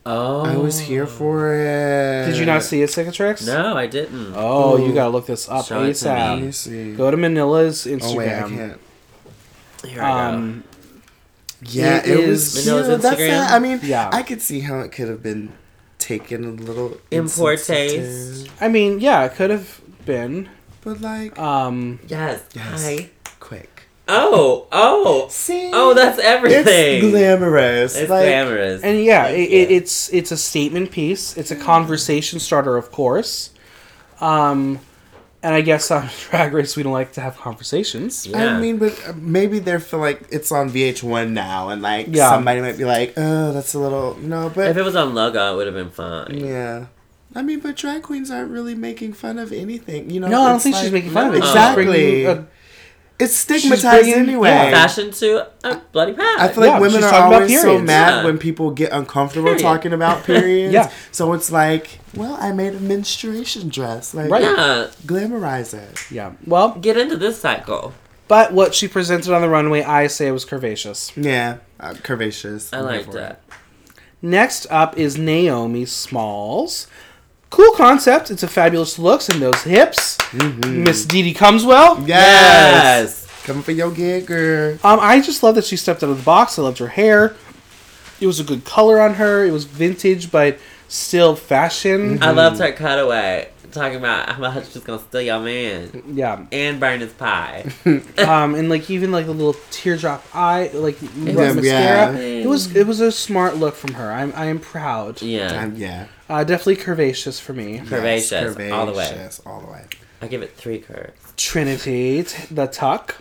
Speaker 3: Oh,
Speaker 2: I was here for it.
Speaker 1: Did you not see it, Cicatrix?
Speaker 3: No, I didn't.
Speaker 1: Oh, you
Speaker 2: Uh, Ooh.
Speaker 1: gotta look this up
Speaker 3: Show it to
Speaker 2: Let
Speaker 1: ASAP.
Speaker 2: me see.
Speaker 1: Go to Manila's Instagram.
Speaker 2: Oh wait, I can't. Oh,
Speaker 3: Here I go.
Speaker 1: Um,
Speaker 2: Yeah,
Speaker 1: It
Speaker 2: it,
Speaker 1: is-
Speaker 2: was.
Speaker 3: Manila's
Speaker 2: cute. That's
Speaker 3: Instagram?
Speaker 2: not, I mean,
Speaker 1: Yeah.
Speaker 2: I could see how it could have been taken a little
Speaker 3: In poor
Speaker 2: insensitive,
Speaker 3: taste.
Speaker 1: I mean, yeah, it could have been.
Speaker 2: but like
Speaker 1: Um,
Speaker 3: yes.
Speaker 2: Yes.
Speaker 3: Hi.
Speaker 2: quick.
Speaker 3: Oh, oh,
Speaker 2: See,
Speaker 3: oh, that's everything.
Speaker 2: It's glamorous.
Speaker 3: It's
Speaker 2: like,
Speaker 3: glamorous.
Speaker 1: And yeah,
Speaker 3: Thank
Speaker 1: it,
Speaker 3: you.
Speaker 1: it, it's it's a statement piece. It's a conversation starter, of course. Um, and I guess on Drag Race we don't like to have conversations.
Speaker 3: Yeah.
Speaker 2: I mean, but uh, maybe they're feel like it's on VH1 now, and like
Speaker 1: Yeah.
Speaker 2: somebody might be like, "Oh, that's a little no,"
Speaker 3: if
Speaker 2: but
Speaker 3: it was on Logo, it would have been fine.
Speaker 2: yeah. I mean, but drag queens aren't really making fun of anything, you know.
Speaker 1: No, I don't
Speaker 2: It's
Speaker 1: think she's
Speaker 2: like-
Speaker 1: making fun of it. She's
Speaker 2: Exactly.
Speaker 1: bringing a-
Speaker 2: It's stigmatized
Speaker 1: bringing-
Speaker 2: anyway.
Speaker 1: yeah.
Speaker 3: Fashion to a bloody pad.
Speaker 2: I feel like
Speaker 1: Yeah, she's
Speaker 2: women are
Speaker 1: talking about
Speaker 2: always so
Speaker 1: periods.
Speaker 2: mad
Speaker 3: Yeah.
Speaker 2: when people get uncomfortable
Speaker 3: Period.
Speaker 2: talking about periods.
Speaker 1: Yeah.
Speaker 2: So it's like, well, I made a menstruation dress. Like,
Speaker 1: Right.
Speaker 3: yeah,
Speaker 2: glamorize it.
Speaker 1: yeah. Well,
Speaker 3: get into this cycle.
Speaker 1: but what she presented on the runway, I say was curvaceous.
Speaker 2: Yeah. Uh, curvaceous.
Speaker 3: I
Speaker 2: I'm here
Speaker 3: like
Speaker 2: for it.
Speaker 3: that.
Speaker 1: Next up is Naomi Smalls. Cool concept. It's a fabulous looks and those hips.
Speaker 2: Mm-hmm.
Speaker 1: Miss Didi Cumswell.
Speaker 2: Yes. Come for your gig, girl.
Speaker 1: Um, I just love that she stepped out of the box. I loved her hair. It was a good color on her. It was vintage, but still fashion.
Speaker 2: Mm.
Speaker 3: I loved her cutaway talking about how much she's gonna steal your man
Speaker 1: Yeah.
Speaker 3: and burn his pie.
Speaker 1: Um, and like even like the little teardrop eye, like
Speaker 2: was-
Speaker 1: mascara.
Speaker 2: yeah.
Speaker 1: It was it was a smart look from her. I'm I am proud.
Speaker 3: yeah,
Speaker 2: Um, yeah.
Speaker 1: Uh, definitely curvaceous for me.
Speaker 3: Curvaceous, all the way.
Speaker 2: curvaceous, all the way.
Speaker 3: I give it three curves.
Speaker 1: Trinity, t- the tuck.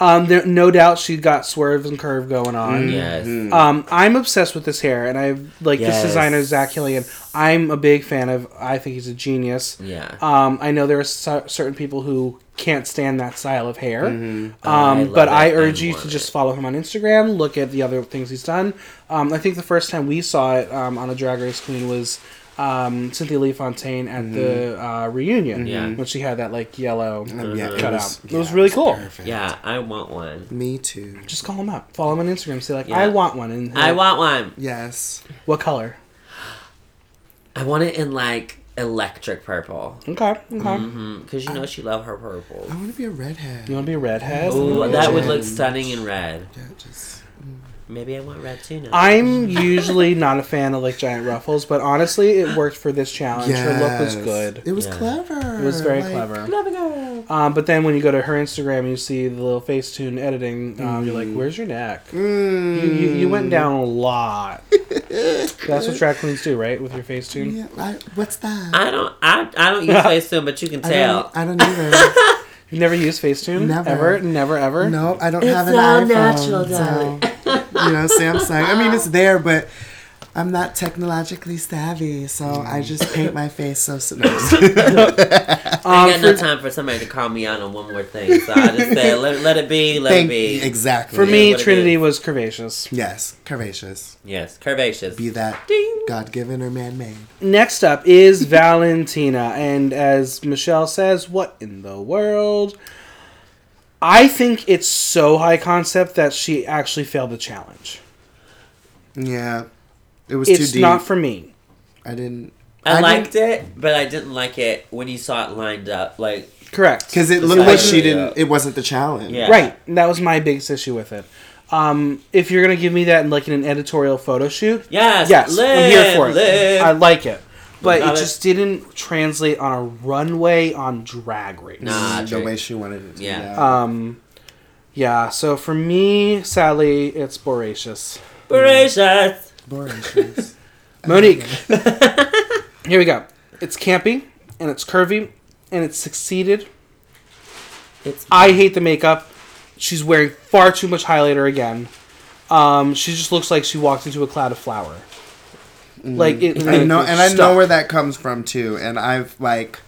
Speaker 1: Um, there, no doubt she got swerve and curve going on.
Speaker 3: Yes,
Speaker 2: Mm-hmm.
Speaker 1: Um, I'm obsessed with this hair, and I like this
Speaker 3: Yes.
Speaker 1: designer Zach Hillian. I'm a big fan of. I think he's a genius.
Speaker 3: yeah.
Speaker 2: Uh,
Speaker 1: Um, I know there are cer- certain people who can't stand that style of hair, um,
Speaker 3: Mm-hmm. I love
Speaker 1: but I
Speaker 3: it
Speaker 1: urge
Speaker 3: and
Speaker 1: you
Speaker 3: want
Speaker 1: to
Speaker 3: it.
Speaker 1: just follow him on Instagram. Look at the other things he's done. Um, I think the first time we saw it um, on a Drag Race Queen was um, Cynthia Lee Fontaine at the uh, reunion
Speaker 3: Mm-hmm. Yeah. Oh,
Speaker 1: when she had that like yellow
Speaker 2: Um, yeah,
Speaker 1: cut out. It was really cool.
Speaker 2: perfect.
Speaker 3: Mm-hmm. yeah, I want one.
Speaker 2: Me too.
Speaker 1: Just call him up, follow him on Instagram, say like,
Speaker 3: Yeah.
Speaker 1: "I want one," and
Speaker 3: I want one.
Speaker 2: Yes.
Speaker 1: what color?
Speaker 3: I want it in like electric purple.
Speaker 1: Okay, okay.
Speaker 3: Mm-hmm. Because you know she loved her purple.
Speaker 2: I want to be a redhead.
Speaker 1: You want to be a redhead?
Speaker 3: Ooh, that would look stunning in red.
Speaker 2: Yeah, just
Speaker 3: Maybe I want red too now.
Speaker 1: I'm usually not a fan of like giant ruffles, but honestly, it worked for this challenge. Her look was
Speaker 2: Yes.
Speaker 1: good.
Speaker 2: It was
Speaker 3: Yeah.
Speaker 2: clever.
Speaker 1: It was very
Speaker 2: like-
Speaker 1: clever.
Speaker 3: Love it, girl.
Speaker 1: Um, but then when you go to her Instagram, and you see the little Facetune editing. Um, You're like, "Where's your neck?
Speaker 2: Mm.
Speaker 1: You, you, you went down a lot." That's what track queens do, right? With your Facetune.
Speaker 2: Yeah, I- what's that?
Speaker 3: I don't. I, I don't use Facetune, but you can
Speaker 2: I
Speaker 3: tell.
Speaker 2: don't, I don't either.
Speaker 1: You've never used Facetune,
Speaker 2: Never.
Speaker 1: ever, never, ever.
Speaker 2: no, I don't
Speaker 3: It's
Speaker 2: have an
Speaker 3: all
Speaker 2: iPhone.
Speaker 3: natural,
Speaker 2: so,
Speaker 3: darling.
Speaker 2: you know, Samsung. I mean, it's there, but I'm not technologically savvy, so I just paint my face so. so no.
Speaker 3: I ain't
Speaker 1: Um,
Speaker 3: got no
Speaker 1: for-
Speaker 3: time for somebody to call me out on one more thing. So I just said, let, let it be, let it
Speaker 2: Thank
Speaker 3: be.
Speaker 2: you. Exactly.
Speaker 1: For me,
Speaker 3: what it
Speaker 1: Trinity
Speaker 3: is.
Speaker 1: was curvaceous.
Speaker 2: Yes, curvaceous.
Speaker 3: Yes, curvaceous.
Speaker 2: Be that
Speaker 3: Ding.
Speaker 2: God given or man made.
Speaker 1: Next up is Valentina, and as Michelle says, what in the world? I think it's so high concept that she actually failed the challenge.
Speaker 2: Yeah, it was
Speaker 1: It's
Speaker 2: too deep.
Speaker 1: not for me.
Speaker 2: I didn't.
Speaker 3: I,
Speaker 2: liked
Speaker 3: liked it, but I didn't like it when you saw it lined up. Like,
Speaker 1: Correct.
Speaker 2: because it
Speaker 3: The
Speaker 2: looked like
Speaker 3: size
Speaker 2: she
Speaker 3: of it,
Speaker 2: didn't. It wasn't the challenge.
Speaker 3: Yeah.
Speaker 1: Right. and That was my biggest issue with it. Um, if you're gonna give me that in like in an editorial photo shoot,
Speaker 3: yes,
Speaker 1: yes,
Speaker 3: live,
Speaker 1: I'm here for it.
Speaker 3: Live.
Speaker 1: I like it, but
Speaker 3: Love
Speaker 1: it
Speaker 3: it.
Speaker 1: just didn't translate on a runway on Drag Race.
Speaker 3: Nah. Ah,
Speaker 2: Mm, the
Speaker 3: true.
Speaker 2: way she wanted it. To
Speaker 3: Yeah.
Speaker 2: Be,
Speaker 1: Um, yeah. So for me, sadly, it's Boracious.
Speaker 3: Voracious.
Speaker 2: Boracious.
Speaker 1: Monique. Here we go. It's campy and it's curvy and it's succeeded.
Speaker 3: It's
Speaker 1: I hate the makeup. She's wearing far too much highlighter again. Um, she just looks like she walked into a cloud of flour. Like it,
Speaker 2: Mm. I know, and I know where
Speaker 1: that.
Speaker 2: that comes from too. And I've like,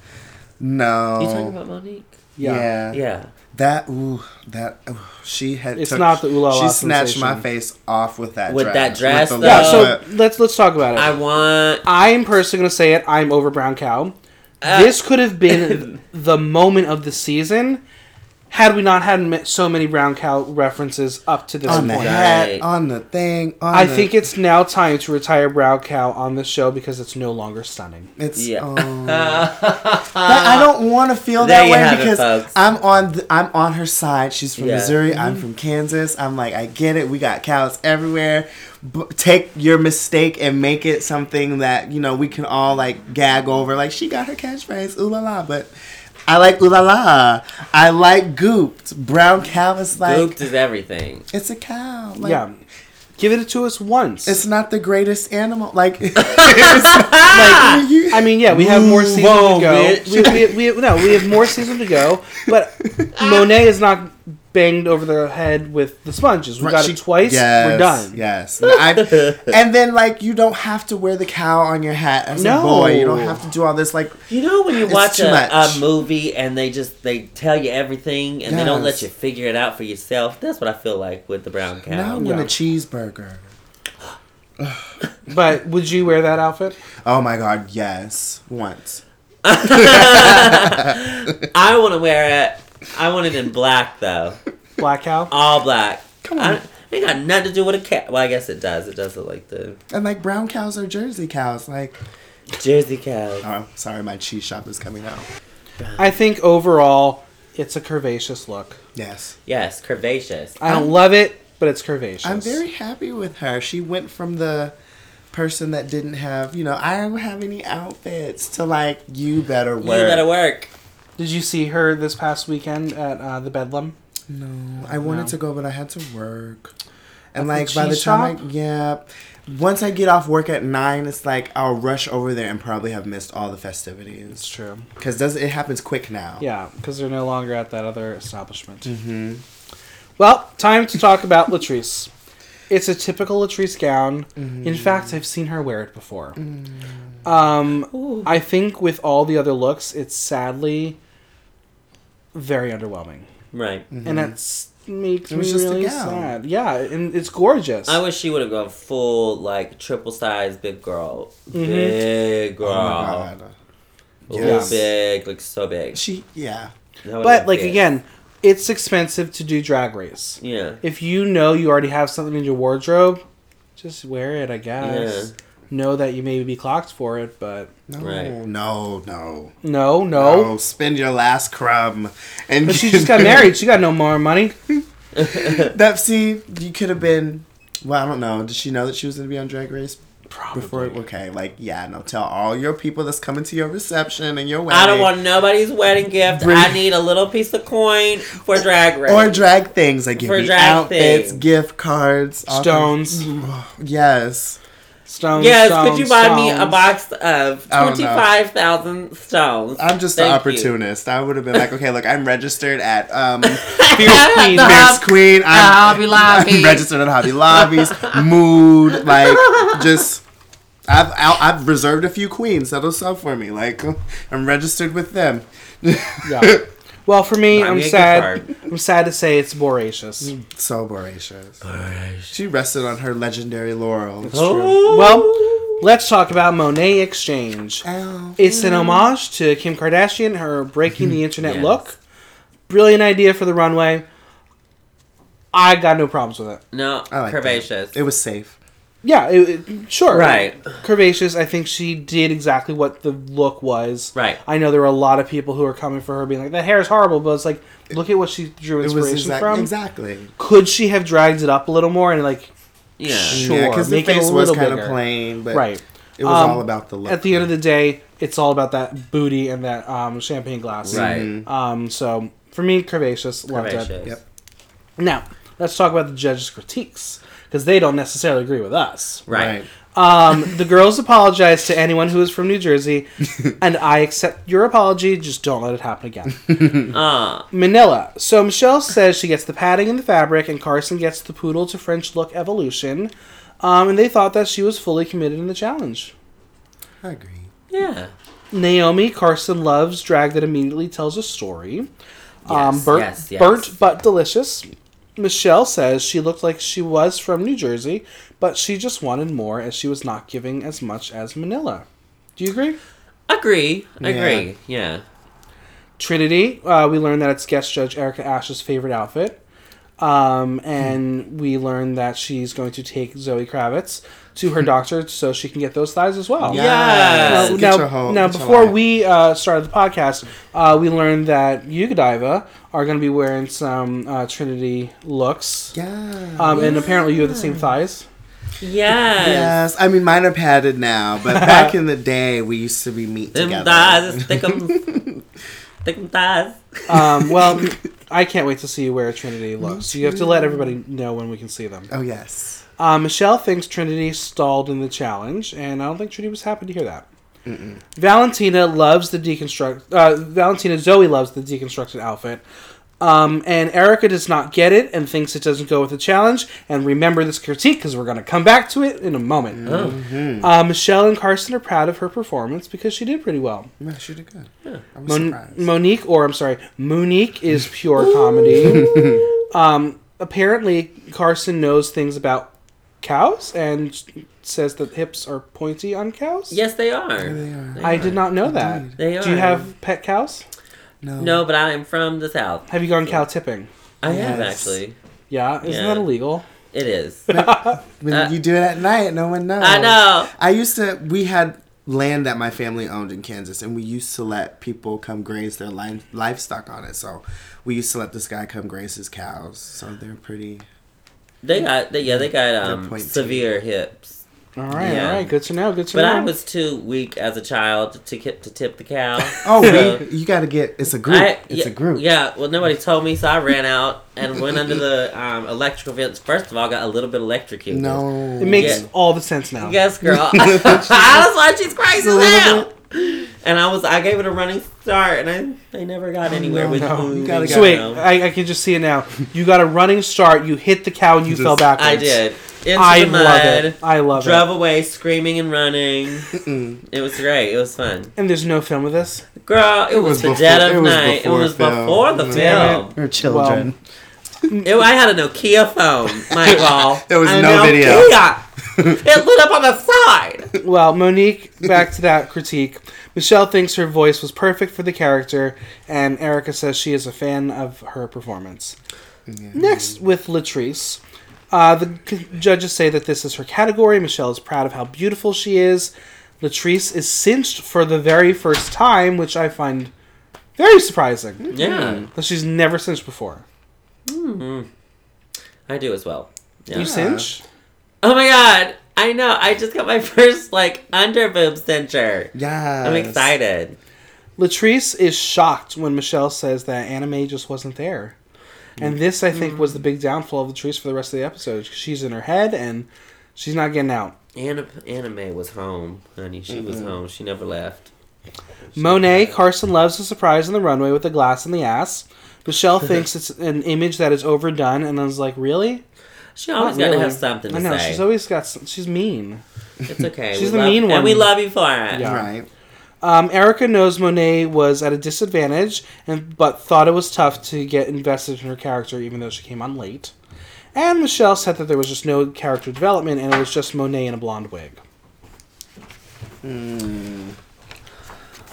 Speaker 2: no,
Speaker 3: You talking about Monique?
Speaker 1: Yeah.
Speaker 2: yeah,
Speaker 3: Yeah.
Speaker 2: That ooh, that ooh, she had.
Speaker 1: It's not the ooh la la
Speaker 2: She snatched
Speaker 1: sensation.
Speaker 2: my face off with that
Speaker 3: With
Speaker 2: dress,
Speaker 3: that dress,
Speaker 2: with the
Speaker 1: Yeah.
Speaker 3: though.
Speaker 1: So
Speaker 2: lip.
Speaker 1: let's let's talk about
Speaker 3: I
Speaker 1: it.
Speaker 3: want.
Speaker 1: I am personally gonna say it. I'm over Brown Cow.
Speaker 3: Uh,
Speaker 1: this could have been the moment of the season had we not had ma- so many Brown Cow references up to this
Speaker 2: on the
Speaker 1: point.
Speaker 2: hat,
Speaker 3: Right.
Speaker 2: on the thing. On
Speaker 1: I
Speaker 2: the,
Speaker 1: think it's now time to retire Brow Cow on the show because it's no longer stunning.
Speaker 2: it's.
Speaker 3: Yeah.
Speaker 2: oh. That-
Speaker 3: Uh,
Speaker 2: I don't want to feel
Speaker 3: There
Speaker 2: that
Speaker 3: you
Speaker 2: way
Speaker 3: have it,
Speaker 2: because
Speaker 3: folks.
Speaker 2: I'm on th- I'm on her side. She's from
Speaker 3: Yeah.
Speaker 2: Missouri. I'm from Kansas. I'm like I get it. We got cows everywhere. B- take your mistake and make it something that you know we can all like gag over. Like she got her catchphrase ooh la la, but. I like ooh la la. I like gooped. Brown cow is like
Speaker 3: Gooped is everything.
Speaker 2: it's a cow. Like,
Speaker 1: yeah. Give it to us once.
Speaker 2: it's not the greatest animal. Like, it's not- like you-
Speaker 1: I mean, yeah, we have more season
Speaker 3: Whoa,
Speaker 1: to go.
Speaker 3: bitch.
Speaker 1: We, we, we, no, we have more season to go, but Monet is not banged over the head with the sponges. We
Speaker 2: Right,
Speaker 1: got
Speaker 2: she-
Speaker 1: it twice. we're
Speaker 2: yes,
Speaker 1: done.
Speaker 2: Yes. I- and then like you don't have to wear the cow on your hat as
Speaker 1: No.
Speaker 2: a boy. You don't have to do all this like
Speaker 3: You know when you
Speaker 2: It's
Speaker 3: watch
Speaker 2: too
Speaker 3: a,
Speaker 2: much.
Speaker 3: a movie and they just they tell you everything and they don't
Speaker 2: Yes.
Speaker 3: let you figure it out for yourself. That's what I feel like with the brown
Speaker 2: now
Speaker 3: cow.
Speaker 2: I want
Speaker 1: Yeah.
Speaker 2: a cheeseburger.
Speaker 1: But would you wear that outfit?
Speaker 2: Oh my god, yes. Once.
Speaker 3: I want to wear it. I want it in black though,
Speaker 1: Black Cow?
Speaker 3: all black.
Speaker 2: Come
Speaker 3: I,
Speaker 2: on.
Speaker 3: it ain't got nothing to do with a cat. Well, I guess it does. It does look like the
Speaker 2: And like brown cows are Jersey cows. Like
Speaker 3: Jersey cow.
Speaker 2: oh sorry, my cheese shop is coming out.
Speaker 1: I think overall, it's a curvaceous look.
Speaker 2: Yes.
Speaker 3: Yes, curvaceous.
Speaker 1: I don't love it. but it's curvaceous.
Speaker 2: I'm very happy with her. She went from the person that didn't have, you know, I don't have any outfits to like you better
Speaker 3: You
Speaker 2: wear.
Speaker 3: better work.
Speaker 1: Did you see her this past weekend at uh, the Bedlam?
Speaker 2: No, I wanted
Speaker 1: No.
Speaker 2: to go, but I had to work.
Speaker 1: At
Speaker 2: And
Speaker 1: the
Speaker 2: like by the
Speaker 1: cheese
Speaker 2: time
Speaker 1: shop?
Speaker 2: I yeah, once I get off work at nine, it's like I'll rush over there and probably have missed all the festivities.
Speaker 1: true.
Speaker 2: Cause does it happens quick now?
Speaker 1: Yeah, because they're no longer at that other establishment. Mm-hmm. Well, time to talk about Latrice. It's a typical Latrice gown.
Speaker 2: Mm-hmm.
Speaker 1: In fact, I've seen her wear it before.
Speaker 2: Mm.
Speaker 1: Um,
Speaker 3: Ooh.
Speaker 1: I think with all the other looks, it's sadly very underwhelming,
Speaker 3: Right.
Speaker 2: Mm.
Speaker 1: and that makes
Speaker 2: Mm-hmm. It
Speaker 1: me
Speaker 2: was just a
Speaker 1: really
Speaker 2: gown.
Speaker 1: sad. Yeah, and it's gorgeous.
Speaker 3: I wish she would have gone full like triple size big girl, big girl,
Speaker 2: Mm-hmm. Oh my god.
Speaker 3: Ooh,
Speaker 2: Yes.
Speaker 3: big, like so big.
Speaker 2: She yeah.
Speaker 3: That would've
Speaker 1: but
Speaker 3: been
Speaker 1: like
Speaker 3: big.
Speaker 1: again, it's expensive to do drag race.
Speaker 3: yeah,
Speaker 1: if you know you already have something in your wardrobe, just wear it, I guess. Know that you may be clocked for it, but
Speaker 2: No,
Speaker 3: Right.
Speaker 2: no, no,
Speaker 1: no, no.
Speaker 2: Spend your last crumb. And
Speaker 1: But she just got married. She got no more money.
Speaker 2: That see, you could have been. Well, I don't know. Did she know that she was going to be on Drag Race
Speaker 1: Probably.
Speaker 2: before? Okay, like yeah, no. Tell all your people that's coming to your reception and your wedding.
Speaker 3: I don't want nobody's wedding gift.
Speaker 2: Bring-
Speaker 3: I need a little piece of coin for drag race.
Speaker 2: Or drag things like give
Speaker 3: For
Speaker 2: me
Speaker 3: drag
Speaker 2: outfits,
Speaker 3: things.
Speaker 2: gift cards, all
Speaker 1: Stones.
Speaker 2: kinds- Yes,
Speaker 1: Stones.
Speaker 3: yes,
Speaker 1: stones,
Speaker 3: could you buy me a
Speaker 1: stones.
Speaker 3: box of
Speaker 2: I don't know.
Speaker 3: twenty five thousand stones?
Speaker 2: I'm just an
Speaker 3: Thank you.
Speaker 2: opportunist. I would have been like, okay, look, I'm registered at um,
Speaker 1: Fierce queen.
Speaker 2: Fierce Queen. I'm,
Speaker 3: Hobby Lobby.
Speaker 2: I'm registered at Hobby Lobbies. Mood, like just. I've I'll, I've reserved a few queens that'll sell for me. Like I'm registered with them.
Speaker 1: Yeah. Well, for me,
Speaker 3: Buy
Speaker 1: I'm
Speaker 3: me a
Speaker 1: sad.
Speaker 3: gift
Speaker 1: I'm sad to say it's voracious.
Speaker 2: So voracious. She rested on her legendary laurels.
Speaker 3: Ooh.
Speaker 1: Well, Let's talk about Monet Exchange.
Speaker 2: Ow.
Speaker 1: It's an homage to Kim Kardashian, her breaking the internet
Speaker 3: Yes.
Speaker 1: look. Brilliant idea for the runway. I got no problems with it.
Speaker 3: no,
Speaker 2: I like that.
Speaker 3: curvaceous.
Speaker 2: It was safe.
Speaker 1: Yeah, it, it- sure.
Speaker 3: Right.
Speaker 1: Curvaceous, I think she did exactly what the look was.
Speaker 3: Right.
Speaker 1: I know there were a lot of people who were coming for her being like, that hair is horrible, but it's like, look at what she drew
Speaker 2: It
Speaker 1: inspiration
Speaker 2: was exact-
Speaker 1: from.
Speaker 2: exactly.
Speaker 1: Could she have dragged it up a little more and like,
Speaker 3: yeah,
Speaker 1: Sure,
Speaker 2: Yeah, because the
Speaker 1: make it a
Speaker 2: face was
Speaker 1: little
Speaker 2: kind of
Speaker 1: bigger.
Speaker 2: plain, but
Speaker 1: right.
Speaker 2: it was
Speaker 1: Um,
Speaker 2: all about the look.
Speaker 1: At the end of the day, it's all about that booty and that um, champagne glass.
Speaker 2: Mm-hmm.
Speaker 3: right.
Speaker 1: Um, so for me, curvaceous, loved
Speaker 3: Curvaceous.
Speaker 1: it.
Speaker 2: Yep.
Speaker 1: Now let's talk about the judges' critiques because they don't necessarily agree with us.
Speaker 3: Right.
Speaker 1: Um, the girls apologized to anyone who is from New Jersey, and I accept your apology. Just don't let it happen again.
Speaker 3: Uh,
Speaker 1: Manila. So Michelle says she gets the padding and the fabric, and Carson gets the poodle to French look evolution. Um, and they thought that she was fully committed in the challenge.
Speaker 2: I agree.
Speaker 3: yeah.
Speaker 1: Naomi Carson loves drag that immediately tells a story. um,
Speaker 3: Yes,
Speaker 1: burnt,
Speaker 3: yes, yes.
Speaker 1: burnt but delicious. Michelle says she looked like she was from New Jersey, but she just wanted more as she was not giving as much as Manila. Do you agree?
Speaker 3: Agree. Agree. Yeah.
Speaker 1: Trinity, uh, we learned that it's guest judge Erica Ash's favorite outfit. Um, and we learned that she's going to take Zoe Kravitz to her doctor so she can get those thighs as well.
Speaker 3: Yeah. Yes.
Speaker 1: Now,
Speaker 2: Uh, Get
Speaker 1: now-
Speaker 2: your hoe-
Speaker 1: now
Speaker 2: get your
Speaker 1: before
Speaker 2: life.
Speaker 1: we uh, started the podcast, uh, we learned that Yugadiva are going to be wearing some uh, Trinity looks.
Speaker 2: Yeah.
Speaker 1: Um, And apparently you have the same thighs.
Speaker 3: Yes.
Speaker 2: Yes, I mean mine are padded now, but back in the day we used to be meat
Speaker 3: Them
Speaker 2: together.
Speaker 3: thighs is thick 'em. thick 'em thighs.
Speaker 1: Um, well, I can't wait to see you wear Trinity looks. You have to let everybody know when we can see them.
Speaker 2: Oh yes.
Speaker 1: Uh, Michelle thinks Trinity stalled in the challenge, and I don't think Trinity was happy to hear that. Valentina loves the deconstruct. Uh, Valentina Zoe loves the deconstructed outfit, um, and Erica does not get it and thinks it doesn't go with the challenge. And remember this critique because we're going to come back to it in a moment. Uh, Michelle and Carson are proud of her performance because she did pretty well.
Speaker 2: No, she did good. I was
Speaker 1: Mon-
Speaker 2: surprised.
Speaker 1: Monique, or I'm sorry, Monique is pure comedy. um, apparently, Carson knows things about cows and says that hips are pointy on cows.
Speaker 3: Yes, they are.
Speaker 2: they are.
Speaker 1: I did not know that.
Speaker 3: They
Speaker 1: Do you
Speaker 3: are.
Speaker 1: have pet cows?
Speaker 2: no.
Speaker 3: No, but I am from the south.
Speaker 1: Have you gone cow tipping?
Speaker 3: I have
Speaker 2: Yes.
Speaker 3: actually.
Speaker 1: Yeah, isn't
Speaker 3: Yeah.
Speaker 1: that illegal?
Speaker 3: It is.
Speaker 2: When
Speaker 3: Uh,
Speaker 2: you do it at night, no one knows.
Speaker 3: I know.
Speaker 2: I used to. We had land that my family owned in Kansas, and we used to let people come graze their li- livestock on it. So we used to let this guy come graze his cows. So they're pretty.
Speaker 3: They got they, yeah they got
Speaker 2: They're
Speaker 3: um
Speaker 2: point two.
Speaker 3: severe hips.
Speaker 1: All right,
Speaker 3: Yeah.
Speaker 1: all right. Good to know. Good to
Speaker 3: But
Speaker 1: know.
Speaker 3: I was too weak as a child to ki- to tip the cow.
Speaker 2: Oh,
Speaker 3: So-
Speaker 2: we, you got to get. It's a group.
Speaker 3: I-
Speaker 2: it's
Speaker 3: yeah,
Speaker 2: a group.
Speaker 3: Yeah, well, nobody told me, so I ran out and went under the um, electrical fence. First of all, got a little bit electrocuted.
Speaker 2: No.
Speaker 1: it makes
Speaker 3: Yeah.
Speaker 1: all the sense now.
Speaker 3: Yes, girl. That's why she's crazy
Speaker 2: A little
Speaker 3: as hell. And I was, I gave it a running start, and I, they never got anywhere
Speaker 2: Oh, no,
Speaker 3: with
Speaker 2: no.
Speaker 3: who
Speaker 2: You gotta
Speaker 3: they
Speaker 1: So
Speaker 2: go.
Speaker 1: wait,
Speaker 3: know.
Speaker 1: I, I can just see it now. You got a running start. You hit the cow and you
Speaker 2: Just-
Speaker 1: fell backwards.
Speaker 3: I did. Into
Speaker 1: I
Speaker 3: the mud,
Speaker 1: love it. I love
Speaker 3: drove
Speaker 1: it.
Speaker 3: away, screaming and running.
Speaker 2: Mm-mm.
Speaker 3: It was great. It was fun,
Speaker 1: And there's no film of this.
Speaker 3: girl. It,
Speaker 2: was
Speaker 3: was, the
Speaker 2: before-
Speaker 3: dead of
Speaker 2: it was
Speaker 3: night. It
Speaker 2: before
Speaker 3: was
Speaker 2: film.
Speaker 3: before the
Speaker 1: Damn it.
Speaker 3: film.
Speaker 4: We're children.
Speaker 3: It, I had a Nokia phone, my wall.
Speaker 2: There was
Speaker 3: A
Speaker 2: no video.
Speaker 3: Nokia. it lit up on the side.
Speaker 1: Well, Monique, back to that critique. Michelle thinks her voice was perfect for the character, and Erica says she is a fan of her performance. Next, with Latrice. Uh, the c- judges say that this is her category. Michelle is proud of how beautiful she is. Latrice is cinched for the very first time, which I find very surprising.
Speaker 3: Yeah,
Speaker 1: That she's never cinched before.
Speaker 3: I do as well. Yeah.
Speaker 1: You cinch?
Speaker 3: Oh my god! I know. I just got my first like under boob cincher.
Speaker 2: Yes.
Speaker 3: I'm excited.
Speaker 1: Latrice is shocked when Michelle says that anime just wasn't there. And this, I think, was the big downfall of Latrice for the rest of the episode. She's in her head and she's not getting out.
Speaker 3: Anna, anime was home, honey. She was home. She never left.
Speaker 1: Monet, Carson loves the surprise on the runway with the glass in the ass. Michelle thinks it's an image that is overdone, and I was like, really?
Speaker 3: She always
Speaker 1: Not
Speaker 3: got to
Speaker 1: really.
Speaker 3: have something to
Speaker 1: I know,
Speaker 3: say.
Speaker 1: she's always got, s- she's mean.
Speaker 3: it's okay.
Speaker 1: she's the
Speaker 3: We love-
Speaker 1: mean one.
Speaker 3: and we love you for it.
Speaker 1: Yeah.
Speaker 2: Right.
Speaker 1: Um, Erica knows Monet was at a disadvantage, and but thought it was tough to get invested in her character, even though she came on late. And Michelle said that there was just no character development, and it was just Monet in a blonde wig.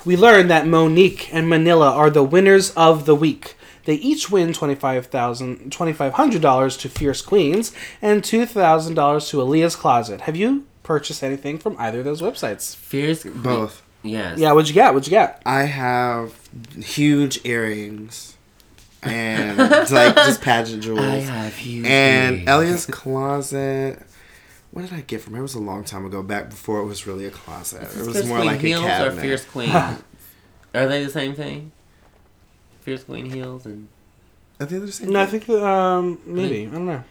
Speaker 1: We learned that Monique and Manila are the winners of the week. They each win $25,000 $2,500 to Fierce Queens and $2,000 to Aaliyah's Closet. Have you purchased anything from either of those websites?
Speaker 3: Fierce.
Speaker 2: Both.
Speaker 3: Yes.
Speaker 1: Yeah, what'd you get? What'd you get?
Speaker 2: I have huge earrings and like just pageant jewels.
Speaker 3: you. Mm-hmm.
Speaker 2: and Elliot's closet. What did I get from? It It was a long time ago, back before it was really a closet. It was
Speaker 3: Fierce
Speaker 2: more
Speaker 3: Queen
Speaker 2: like a
Speaker 3: heels or
Speaker 2: cabinet.
Speaker 3: Fierce Queen? Are they the same thing? Fierce Queen heels and
Speaker 2: I think they're the same
Speaker 1: No, I
Speaker 2: thing.
Speaker 1: think that, um, maybe I don't know.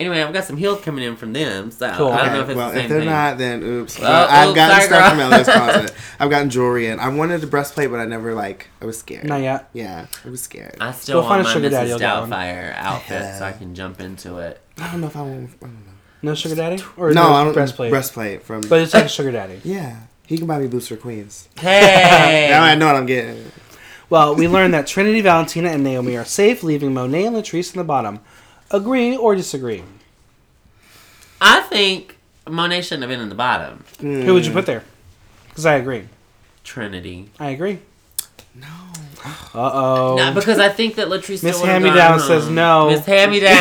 Speaker 3: anyway, I've got some heels coming in from them, so
Speaker 1: Cool.
Speaker 3: I don't
Speaker 2: Okay,
Speaker 3: know if it's
Speaker 2: well,
Speaker 3: the same
Speaker 2: if they're
Speaker 3: thing.
Speaker 2: not, then oops.
Speaker 3: Well,
Speaker 2: But I've
Speaker 3: oops,
Speaker 2: gotten
Speaker 3: sorry,
Speaker 2: stuff
Speaker 3: girl.
Speaker 2: from Elliot's closet. I've gotten jewelry in. I wanted a breastplate, but I never like. I was scared.
Speaker 1: Not yet.
Speaker 2: Yeah, I was scared. I
Speaker 3: I still
Speaker 1: Go find
Speaker 3: want
Speaker 1: a
Speaker 3: my
Speaker 1: sugar
Speaker 3: Mrs.
Speaker 1: daddy, you'll get one.
Speaker 3: Doubtfire outfit so I
Speaker 2: Yeah.
Speaker 3: can jump into it.
Speaker 2: don't know if I want. I don't know.
Speaker 1: No sugar daddy or
Speaker 2: no, I don't
Speaker 1: breastplate.
Speaker 2: breastplate. Breastplate from.
Speaker 1: but it's like a sugar daddy.
Speaker 2: yeah, he can buy me boots for queens.
Speaker 3: Hey,
Speaker 2: Now I know what I'm getting.
Speaker 1: Well, we learned that Trinity, Valentina, and Naomi are safe, leaving Monet and Latrice in the bottom. Agree or disagree?
Speaker 3: I think Monet shouldn't have been in the bottom.
Speaker 1: Who would you
Speaker 2: Hmm.
Speaker 1: put there? Because I agree.
Speaker 3: Trinity,
Speaker 1: I agree. No. Uh oh.
Speaker 3: Nah, because I think that Latrice.
Speaker 1: Miss
Speaker 3: still would've
Speaker 1: Hand-Me-Down
Speaker 3: gone home.
Speaker 1: says no.
Speaker 3: Miss hand me down.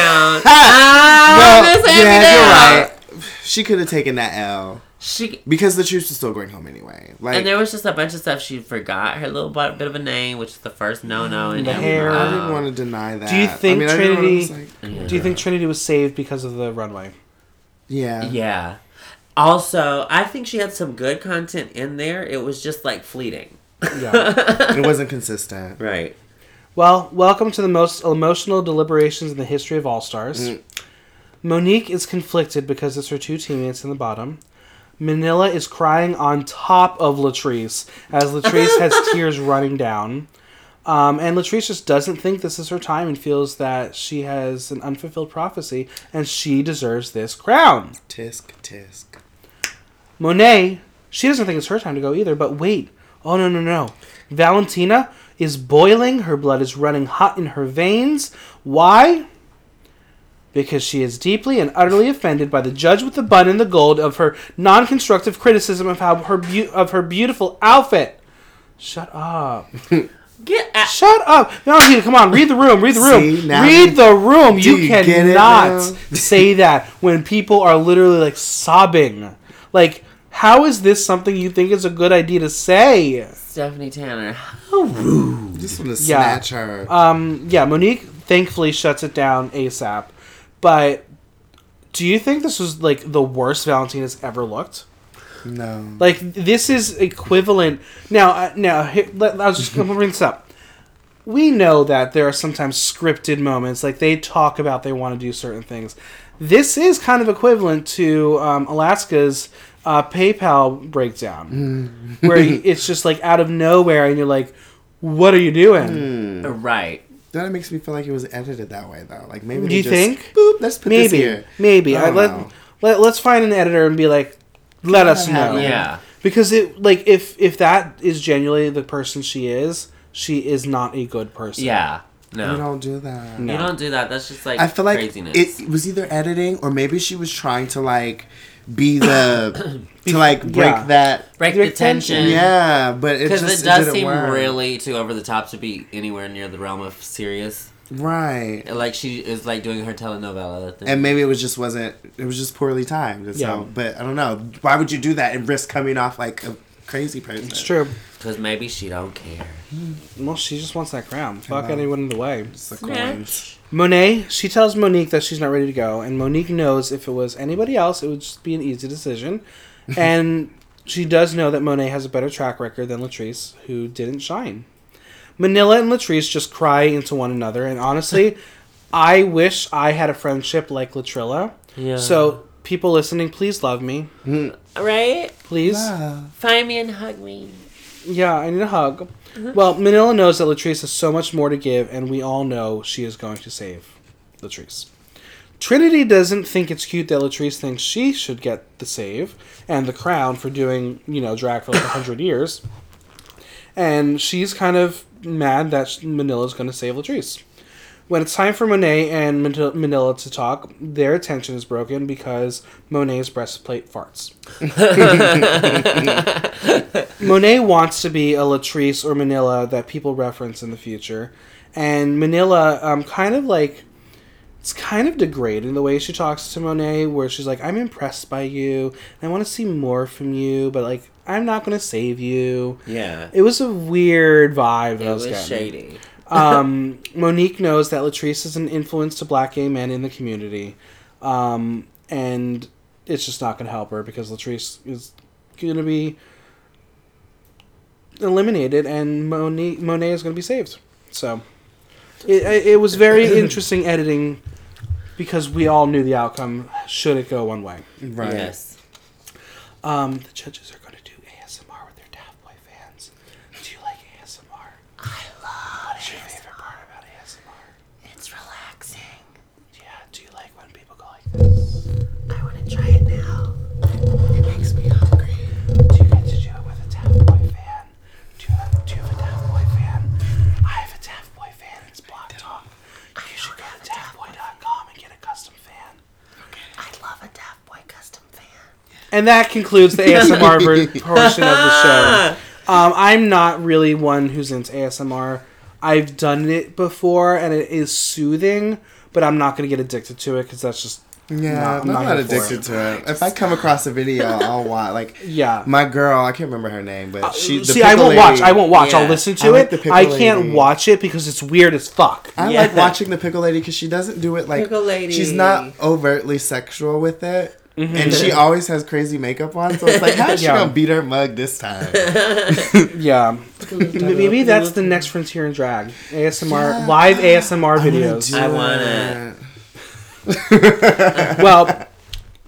Speaker 2: Well,
Speaker 3: ah, Miss hand me down.
Speaker 2: you're right. She could have taken that L
Speaker 3: She
Speaker 2: because the troops was still going home anyway. Like
Speaker 3: and there was just a bunch of stuff she forgot. Her little bu- bit of a name, which is the first no no in
Speaker 1: The
Speaker 3: every
Speaker 1: hair.
Speaker 2: Mm, I
Speaker 3: round.
Speaker 2: didn't want to deny that.
Speaker 1: Do you think
Speaker 2: I mean, I didn't wanna-
Speaker 1: Trinity-
Speaker 2: I was like,
Speaker 1: Do you think Trinity was saved because of the runway?
Speaker 2: yeah.
Speaker 3: Yeah. Also, I think she had some good content in there. It was just like fleeting.
Speaker 1: Yeah.
Speaker 2: It wasn't consistent.
Speaker 3: Right.
Speaker 1: well, welcome to the most emotional deliberations in the history of All Stars. Monique is conflicted because it's her two teammates in the bottom. Manila is crying on top of Latrice as Latrice has tears running down. Um, and Latrice just doesn't think this is her time and feels that she has an unfulfilled prophecy and she deserves this crown.
Speaker 2: Tisk tisk.
Speaker 1: Monet, she doesn't think it's her time to go either, but wait. Oh, no, no, no. Valentina is boiling. Her blood is running hot in her veins. Why? Because she is deeply and utterly offended by the judge with the bun and the gold of her non constructive criticism of, how her beau of her beautiful outfit. Shut up.
Speaker 3: Get out.
Speaker 1: Shut up. Valentina, come on. Read the room. Read the room.
Speaker 2: See, now
Speaker 1: read
Speaker 2: you-
Speaker 1: the room. You,
Speaker 2: Do you get it
Speaker 1: cannot
Speaker 2: now?
Speaker 1: say that when people are literally like sobbing. Like, how is this something you think is a good idea to say?
Speaker 3: Stephanie Tanner.
Speaker 2: Just want to
Speaker 1: Yeah. Uh,
Speaker 2: snatch her.
Speaker 1: Um, yeah, Monique thankfully shuts it down ASAP. But Do you think this was like the worst Valentina's ever looked?
Speaker 2: No.
Speaker 1: Like this is equivalent. Now, uh, now here, let, I was just going to bring this up. We know that there are sometimes scripted moments, like they talk about they want to do certain things. This is kind of equivalent to um, Alaska's uh, PayPal breakdown,
Speaker 2: Mm.
Speaker 1: where you- it's just like out of nowhere, and you're like, "What are you doing?"
Speaker 2: Mm,
Speaker 3: Right.
Speaker 2: That makes me feel like it was edited that way though. Like maybe
Speaker 1: Do
Speaker 2: they
Speaker 1: you
Speaker 2: just,
Speaker 1: think?
Speaker 2: Boop. Let's put this
Speaker 1: Maybe,
Speaker 2: here.
Speaker 1: maybe.
Speaker 2: I
Speaker 1: I
Speaker 2: don't
Speaker 1: let,
Speaker 2: know.
Speaker 1: let let's find an editor and be like, "Let us
Speaker 2: that
Speaker 1: know."
Speaker 2: happen.
Speaker 3: Yeah.
Speaker 1: because it like if if that is genuinely the person she is she is not a good person
Speaker 3: Yeah. No.
Speaker 2: You don't do that.
Speaker 1: No.
Speaker 3: You don't do that. That's just like
Speaker 2: I feel like
Speaker 3: craziness.
Speaker 2: it was either editing or maybe she was trying to like be the to like break
Speaker 1: Yeah.
Speaker 2: that.
Speaker 3: break
Speaker 1: Your
Speaker 3: the tension.
Speaker 2: Yeah, but it
Speaker 3: Because
Speaker 2: just
Speaker 3: it does
Speaker 2: didn't
Speaker 3: seem
Speaker 2: work.
Speaker 3: really too over the top to be anywhere near the realm of serious.
Speaker 2: right.
Speaker 3: Like she is like doing her telenovela thing.
Speaker 2: And maybe it was just wasn't. It was just poorly timed. and
Speaker 1: Yeah.
Speaker 2: So, but I don't know. Why would you do that and risk coming off like a crazy person?
Speaker 1: it's true
Speaker 3: Because maybe she don't care.
Speaker 1: well she just wants that crown fuck anyone in the way
Speaker 2: It's the coins.
Speaker 1: monet she tells monique that she's not ready to go and monique knows if it was anybody else it would just be an easy decision and she does know that monet has a better track record than latrice who didn't shine manila and latrice just cry into one another and honestly i wish i had a friendship like latrilla
Speaker 3: Yeah.
Speaker 1: so people listening please love me
Speaker 3: Right?
Speaker 1: please
Speaker 2: Ah,
Speaker 3: Find me and hug me.
Speaker 1: Yeah, I need a hug. Well, Manila knows that Latrice has so much more to give, and we all know she is going to save Latrice. Trinity doesn't think it's cute that Latrice thinks she should get the save and the crown for doing, you know, drag for like 100 years. And she's kind of mad that Manila's going to save Latrice. When it's time for Monet and Manil- Manila to talk, their attention is broken because Monet's breastplate farts. Monet wants to be a Latrice or Manila that people reference in the future, and Manila um, kind of like it's kind of degrading the way she talks to Monet, where she's like, "I'm impressed by you. I want to see more from you, but like, I'm not gonna save you."
Speaker 3: Yeah.
Speaker 1: It was a weird vibe. that
Speaker 3: It
Speaker 1: I
Speaker 3: was
Speaker 1: was getting.
Speaker 3: shady.
Speaker 1: Um, Monique knows that Latrice is an influence to black gay men in the community. Um, and it's just not going to help her because Latrice is going to be eliminated and Monique, Monet is going to be saved. So it, it it was very interesting editing because we all knew the outcome should it go one way.
Speaker 2: right.
Speaker 3: Yes.
Speaker 1: Um, the judges are going to do ASMR with their Daft Boy fans. Do you like ASMR? I love What's your favorite part about ASMR?
Speaker 3: It's relaxing.
Speaker 1: Yeah, do you like when people go like this?
Speaker 3: I want to try it now. It makes me hungry.
Speaker 1: Do you get to do it with a Daft Boy fan? Do you have, do you have a Daft Boy fan? I have a Daft Boy fan. It's Block Talk. You should go to daftboy.com and get a custom fan.
Speaker 3: I love a Daft Boy custom fan.
Speaker 1: And that concludes the ASMR ver- portion of the show. Um, I'm not really one who's into ASMR. I've done it before, and it is soothing, but I'm not going to get addicted to it because that's just
Speaker 2: Yeah,
Speaker 1: not- I'm
Speaker 2: I'm not,
Speaker 1: not here for
Speaker 2: addicted
Speaker 1: it.
Speaker 2: to it. If I come across a video, I'll watch. Like,
Speaker 1: Yeah. Uh,
Speaker 2: my girl, I can't remember her name, but she. The
Speaker 1: See, I
Speaker 2: pickle
Speaker 1: won't watch.
Speaker 2: lady-
Speaker 1: I won't watch. I'll
Speaker 3: Yeah.
Speaker 1: listen
Speaker 2: I
Speaker 1: to
Speaker 2: like the
Speaker 1: it.
Speaker 2: pickle
Speaker 1: I can't
Speaker 2: lady.
Speaker 1: watch it because it's weird as fuck.
Speaker 2: I
Speaker 3: Yeah.
Speaker 2: like watching the pickle lady because she doesn't do it like
Speaker 3: Pickle lady.
Speaker 2: she's not overtly sexual with it, and she always has crazy makeup on. So it's like, how is she
Speaker 1: Mm-hmm. Yeah.
Speaker 2: gonna beat her mug this time?
Speaker 1: Yeah, maybe that's the next frontier in drag ASMR live ASMR videos.
Speaker 3: I want
Speaker 2: it.
Speaker 3: it.
Speaker 1: Well,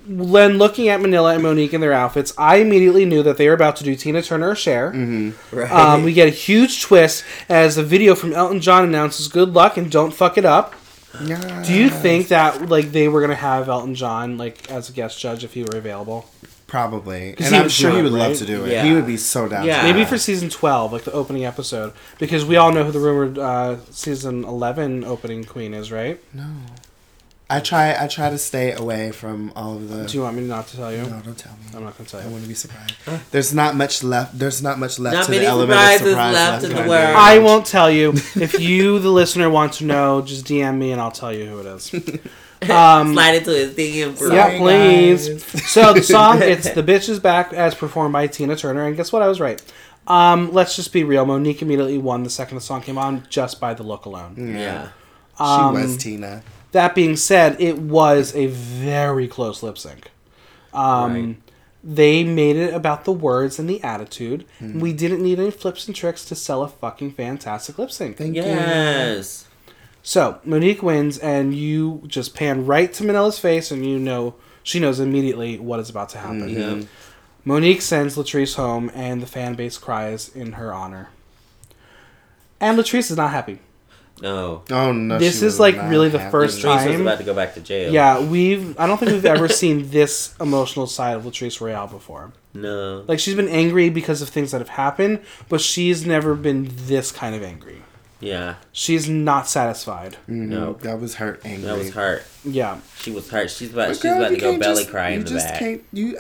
Speaker 1: when looking at Manila and Monique in their outfits, I immediately knew that they were about to do Tina Turner or Cher.
Speaker 3: Right.
Speaker 1: Um, we get a huge twist as a video from Elton John announces "Good luck and don't fuck it up."
Speaker 2: Yeah.
Speaker 1: Do you think that like they were gonna have Elton John like as a guest judge if he were available?
Speaker 2: Probably,
Speaker 1: he
Speaker 2: and I'm
Speaker 1: would
Speaker 2: sure
Speaker 1: do
Speaker 2: he
Speaker 1: it,
Speaker 2: would
Speaker 1: right?
Speaker 2: love to do it.
Speaker 3: Yeah.
Speaker 2: He would be so down.
Speaker 3: Yeah.
Speaker 2: To
Speaker 1: Maybe
Speaker 2: it.
Speaker 1: for season 12, like the opening episode, because we all know who the rumored uh, season 11 opening queen is, right?
Speaker 2: I try. I try to stay away from all of the.
Speaker 1: Do you want me not to tell you?
Speaker 2: no, don't tell me.
Speaker 1: I'm not going to
Speaker 2: I
Speaker 1: tell you.
Speaker 2: want to be surprised. There's not much left. There's not much left
Speaker 3: Not
Speaker 2: to
Speaker 3: many
Speaker 2: the element of
Speaker 3: surprises
Speaker 2: surprise left, in the world.
Speaker 1: I won't tell you. If you, the listener, want to know, just DM me and I'll tell you who it is.
Speaker 3: Slide into his DM for
Speaker 1: Yeah,
Speaker 2: Sorry,
Speaker 1: please. So the song, it's "The Bitch Is Back" as performed by Tina Turner, and guess what? I was right. Um, let's just be real.
Speaker 3: Mm.
Speaker 1: Monique immediately won the second the song came on just by the look alone.
Speaker 2: Um,
Speaker 3: Yeah.
Speaker 2: She was Tina.
Speaker 1: That being said, it was a very close lip sync. Um,
Speaker 3: Right.
Speaker 1: They made it about the words and the attitude. We didn't need any flips and tricks to sell a fucking fantastic lip sync.
Speaker 2: Thank you.
Speaker 3: Yes.
Speaker 1: So Monique wins, and you just pan right to Manella's face, and you know she knows immediately what is about to happen.
Speaker 3: Yep.
Speaker 1: Monique sends Latrice home, and the fan base cries in her honor. And Latrice is not happy.
Speaker 3: No.
Speaker 2: Oh no.
Speaker 1: This
Speaker 2: she
Speaker 1: is
Speaker 2: was
Speaker 1: like
Speaker 2: not
Speaker 1: really the
Speaker 2: happy.
Speaker 1: first
Speaker 3: Reese was
Speaker 1: time-
Speaker 3: about to go back to jail.
Speaker 1: Yeah, we've I don't think we've ever seen this emotional side of Latrice Royale before.
Speaker 3: No.
Speaker 1: Like she's been angry because of things that have happened, but she's never been this kind of angry.
Speaker 3: Yeah.
Speaker 1: She's not satisfied.
Speaker 2: Mhm,
Speaker 3: No.
Speaker 2: that was hurt. Angry.
Speaker 3: That was hurt.
Speaker 1: Yeah.
Speaker 3: She was hurt. She's about.
Speaker 2: But
Speaker 3: she's
Speaker 2: girl,
Speaker 3: about to
Speaker 2: you
Speaker 3: go
Speaker 2: can't
Speaker 3: belly
Speaker 2: just-
Speaker 3: cry in
Speaker 2: you
Speaker 3: the
Speaker 2: just
Speaker 3: back.
Speaker 2: Can't, you,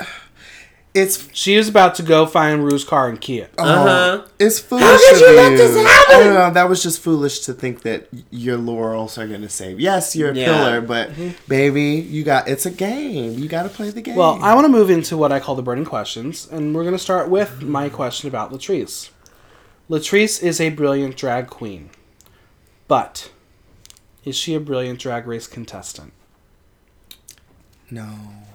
Speaker 2: it's
Speaker 1: She is about to go find Rue's car and key it.
Speaker 3: Uh-huh.
Speaker 2: Oh, it's foolish.
Speaker 3: could
Speaker 2: of
Speaker 3: you let this happen?
Speaker 2: I don't know. That was just foolish to think that your laurels are gonna save. Yes, you're a
Speaker 3: Yeah.
Speaker 2: pillar, but
Speaker 1: Mm-hmm.
Speaker 2: baby, you got it's a game. You got to play the game.
Speaker 1: Well, I want to move into what I call the burning questions, and we're going to start with my question about Latrice. Latrice is a brilliant drag queen, but is she a brilliant drag race contestant?
Speaker 2: no.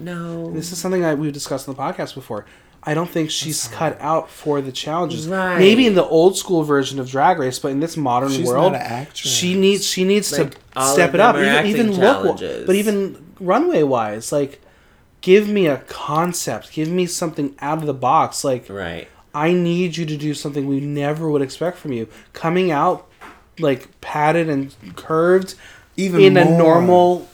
Speaker 3: No.
Speaker 1: This is something that we've discussed on the podcast before. I don't think she's cut out for the challenges.
Speaker 3: Right.
Speaker 1: Maybe in the old school version of Drag Race, but in this modern
Speaker 2: She's
Speaker 1: world,
Speaker 2: not an actress.
Speaker 1: she needs she needs
Speaker 3: Like,
Speaker 1: to
Speaker 3: all
Speaker 1: step
Speaker 3: of
Speaker 1: it
Speaker 3: them
Speaker 1: up.
Speaker 3: are
Speaker 1: Even,
Speaker 3: acting
Speaker 1: even look,
Speaker 3: challenges.
Speaker 1: but even runway wise, like give me a concept, give me something out of the box. Like
Speaker 3: Right.
Speaker 1: I need you to do something we never would expect from you. Coming out like padded and curved,
Speaker 2: Even
Speaker 1: in a
Speaker 2: more.
Speaker 1: normal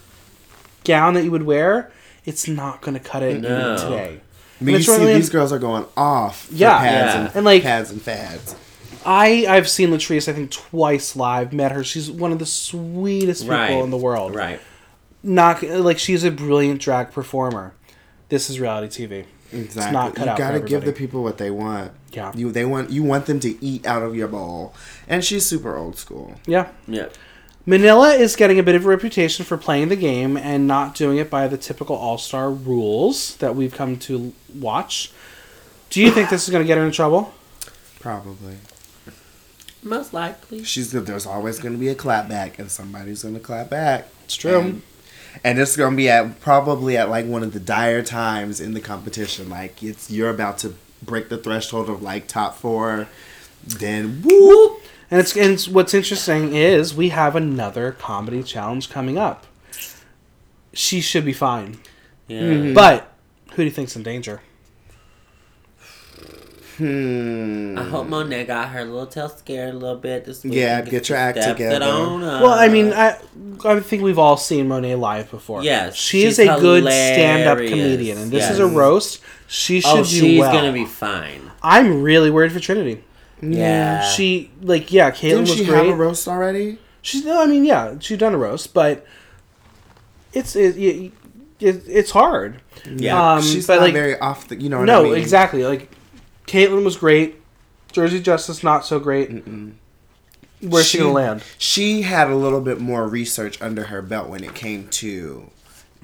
Speaker 1: gown that you would wear, it's not going to cut it
Speaker 3: No.
Speaker 1: today.
Speaker 2: I mean, you
Speaker 1: it's
Speaker 2: see,
Speaker 1: really-
Speaker 2: these girls are going off. For
Speaker 1: Yeah.
Speaker 2: pads
Speaker 3: Yeah.
Speaker 2: And,
Speaker 1: And, like-
Speaker 2: pads and fads.
Speaker 1: I I've seen Latrice I think twice live, met her. She's one of the sweetest people
Speaker 3: Right.
Speaker 1: in the world.
Speaker 3: Right.
Speaker 1: Not like she's a brilliant drag performer. This is reality TV.
Speaker 3: Mm.
Speaker 2: Exactly.
Speaker 1: not cut
Speaker 2: you
Speaker 1: out for
Speaker 2: gotta give the
Speaker 1: everybody.
Speaker 2: people what they want.
Speaker 1: Yeah.
Speaker 2: You they want you want them to eat out of your bowl, and she's super old school.
Speaker 1: Yeah.
Speaker 3: Yeah.
Speaker 1: Manila is getting a bit of a reputation for playing the game and not doing it by the typical all-star rules that we've come to watch. Do you think this is going to get her in trouble?
Speaker 2: Probably.
Speaker 3: Most likely.
Speaker 2: She's good. There's always going to be a clap back, and somebody's going to clap back.
Speaker 1: It's true.
Speaker 2: And, and it's going to be at probably at like one of the dire times in the competition. Like it's you're about to break the threshold of like top four. Then whoop.
Speaker 1: And it's and it's- what's interesting is we have another comedy challenge coming up. She should be fine,
Speaker 3: Yeah.
Speaker 1: but who do you think's in danger?
Speaker 2: Hmm.
Speaker 3: I hope Monet got her little tail scared a little bit this week.
Speaker 2: Yeah,
Speaker 3: and
Speaker 2: get your
Speaker 3: to
Speaker 2: act
Speaker 3: step
Speaker 2: together.
Speaker 3: It on up.
Speaker 1: Well, I mean, I I think we've all seen Monet live before.
Speaker 3: Uh, Yes,
Speaker 1: she is
Speaker 3: she's
Speaker 1: a good stand-up
Speaker 3: hilarious.
Speaker 1: comedian, and this is a
Speaker 3: Yes.
Speaker 1: roast. She should
Speaker 3: oh,
Speaker 1: do
Speaker 3: she's
Speaker 1: well.
Speaker 3: gonna be fine.
Speaker 1: I'm really worried for Trinity.
Speaker 3: Yeah.
Speaker 1: She like yeah, Caitlyn
Speaker 2: Didn't
Speaker 1: was
Speaker 2: she have
Speaker 1: great.
Speaker 2: a roast already?
Speaker 1: She's no, I mean yeah, she's done a roast, but it's it, it, it, it's hard.
Speaker 3: Yeah.
Speaker 1: Um,
Speaker 2: she's
Speaker 1: but,
Speaker 2: not
Speaker 1: like-
Speaker 2: very off the. You know what
Speaker 1: no,
Speaker 2: I mean?
Speaker 1: exactly. Like, Caitlyn was great. Jersey Justice not so great. Where's she, gonna land?
Speaker 2: She had a little bit more research under her belt when it came to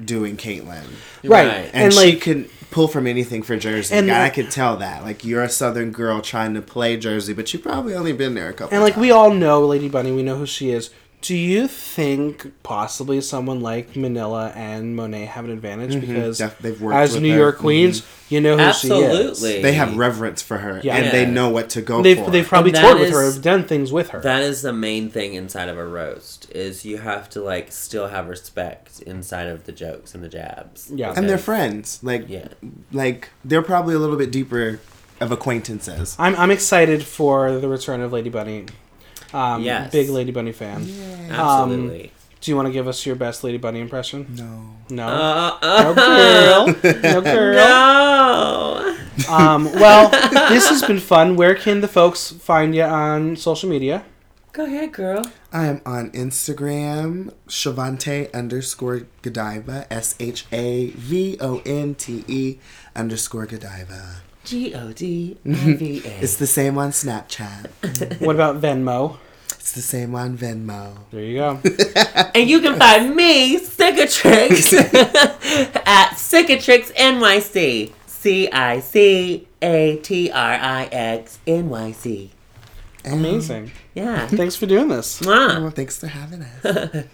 Speaker 2: doing Caitlyn.
Speaker 1: Right.
Speaker 3: Right.
Speaker 1: And,
Speaker 2: and, she
Speaker 1: like,
Speaker 2: can pull from anything for Jersey.
Speaker 1: And
Speaker 2: And I
Speaker 1: like-
Speaker 2: could tell that. Like you're a Southern girl trying to play Jersey, but you probably only been there a couple.
Speaker 1: and like
Speaker 2: times.
Speaker 1: we all know Lady Bunny. We know who she is. Do you think possibly someone like Manila and Monet have an advantage because
Speaker 2: Mm-hmm. Def- they've worked
Speaker 1: as
Speaker 2: with
Speaker 1: New
Speaker 2: her. Mm-hmm.
Speaker 1: York queens, you know who she is.
Speaker 3: Absolutely.
Speaker 2: they have reverence for her,
Speaker 1: Yeah.
Speaker 2: and they
Speaker 3: Yeah.
Speaker 2: know what to go
Speaker 1: They've
Speaker 2: for.
Speaker 1: they've probably
Speaker 3: And that
Speaker 1: toured with her,
Speaker 3: is-
Speaker 1: have done things with her.
Speaker 3: That is the main thing inside of a roast is you have to like still have respect inside of the jokes and the jabs.
Speaker 1: Yeah. Um,
Speaker 2: and they're
Speaker 3: Because-
Speaker 2: friends. Like,
Speaker 3: Yeah.
Speaker 2: like they're probably a little bit deeper of acquaintances.
Speaker 1: I'm I'm excited for the return of Lady Bunny. Um,
Speaker 3: Yes.
Speaker 1: big Lady Bunny fan.
Speaker 3: Absolutely.
Speaker 1: Do you want to give us your best Lady Bunny impression?
Speaker 2: No,
Speaker 1: No.
Speaker 3: uh,
Speaker 1: No girl. No girl.
Speaker 3: no.
Speaker 1: Um, well, this has been fun. Where can the folks find you on social media?
Speaker 3: Go ahead, girl.
Speaker 2: I am on Instagram, Shavante underscore Godiva, S H A V O N T E underscore Godiva.
Speaker 3: G O D I V A.
Speaker 2: It's the same on Snapchat.
Speaker 1: What about Venmo?
Speaker 2: It's the same on Venmo.
Speaker 1: There you go.
Speaker 3: And you can find me, Cicatrix, at Cicatrix NYC. C I C A T R I X N Y C.
Speaker 1: Amazing.
Speaker 3: Yeah.
Speaker 1: Thanks for doing this.
Speaker 3: Mwah.
Speaker 2: Well, thanks for having us.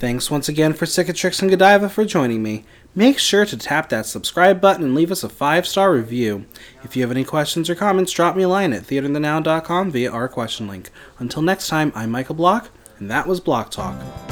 Speaker 1: Thanks once again for Cicatrix and Godiva for joining me. Make sure to tap that subscribe button and leave us a five star review. If you have any questions or comments, drop me a line at theaterthenow.com via our question link. Until next time, I'm Michael Block, and that was Block Talk.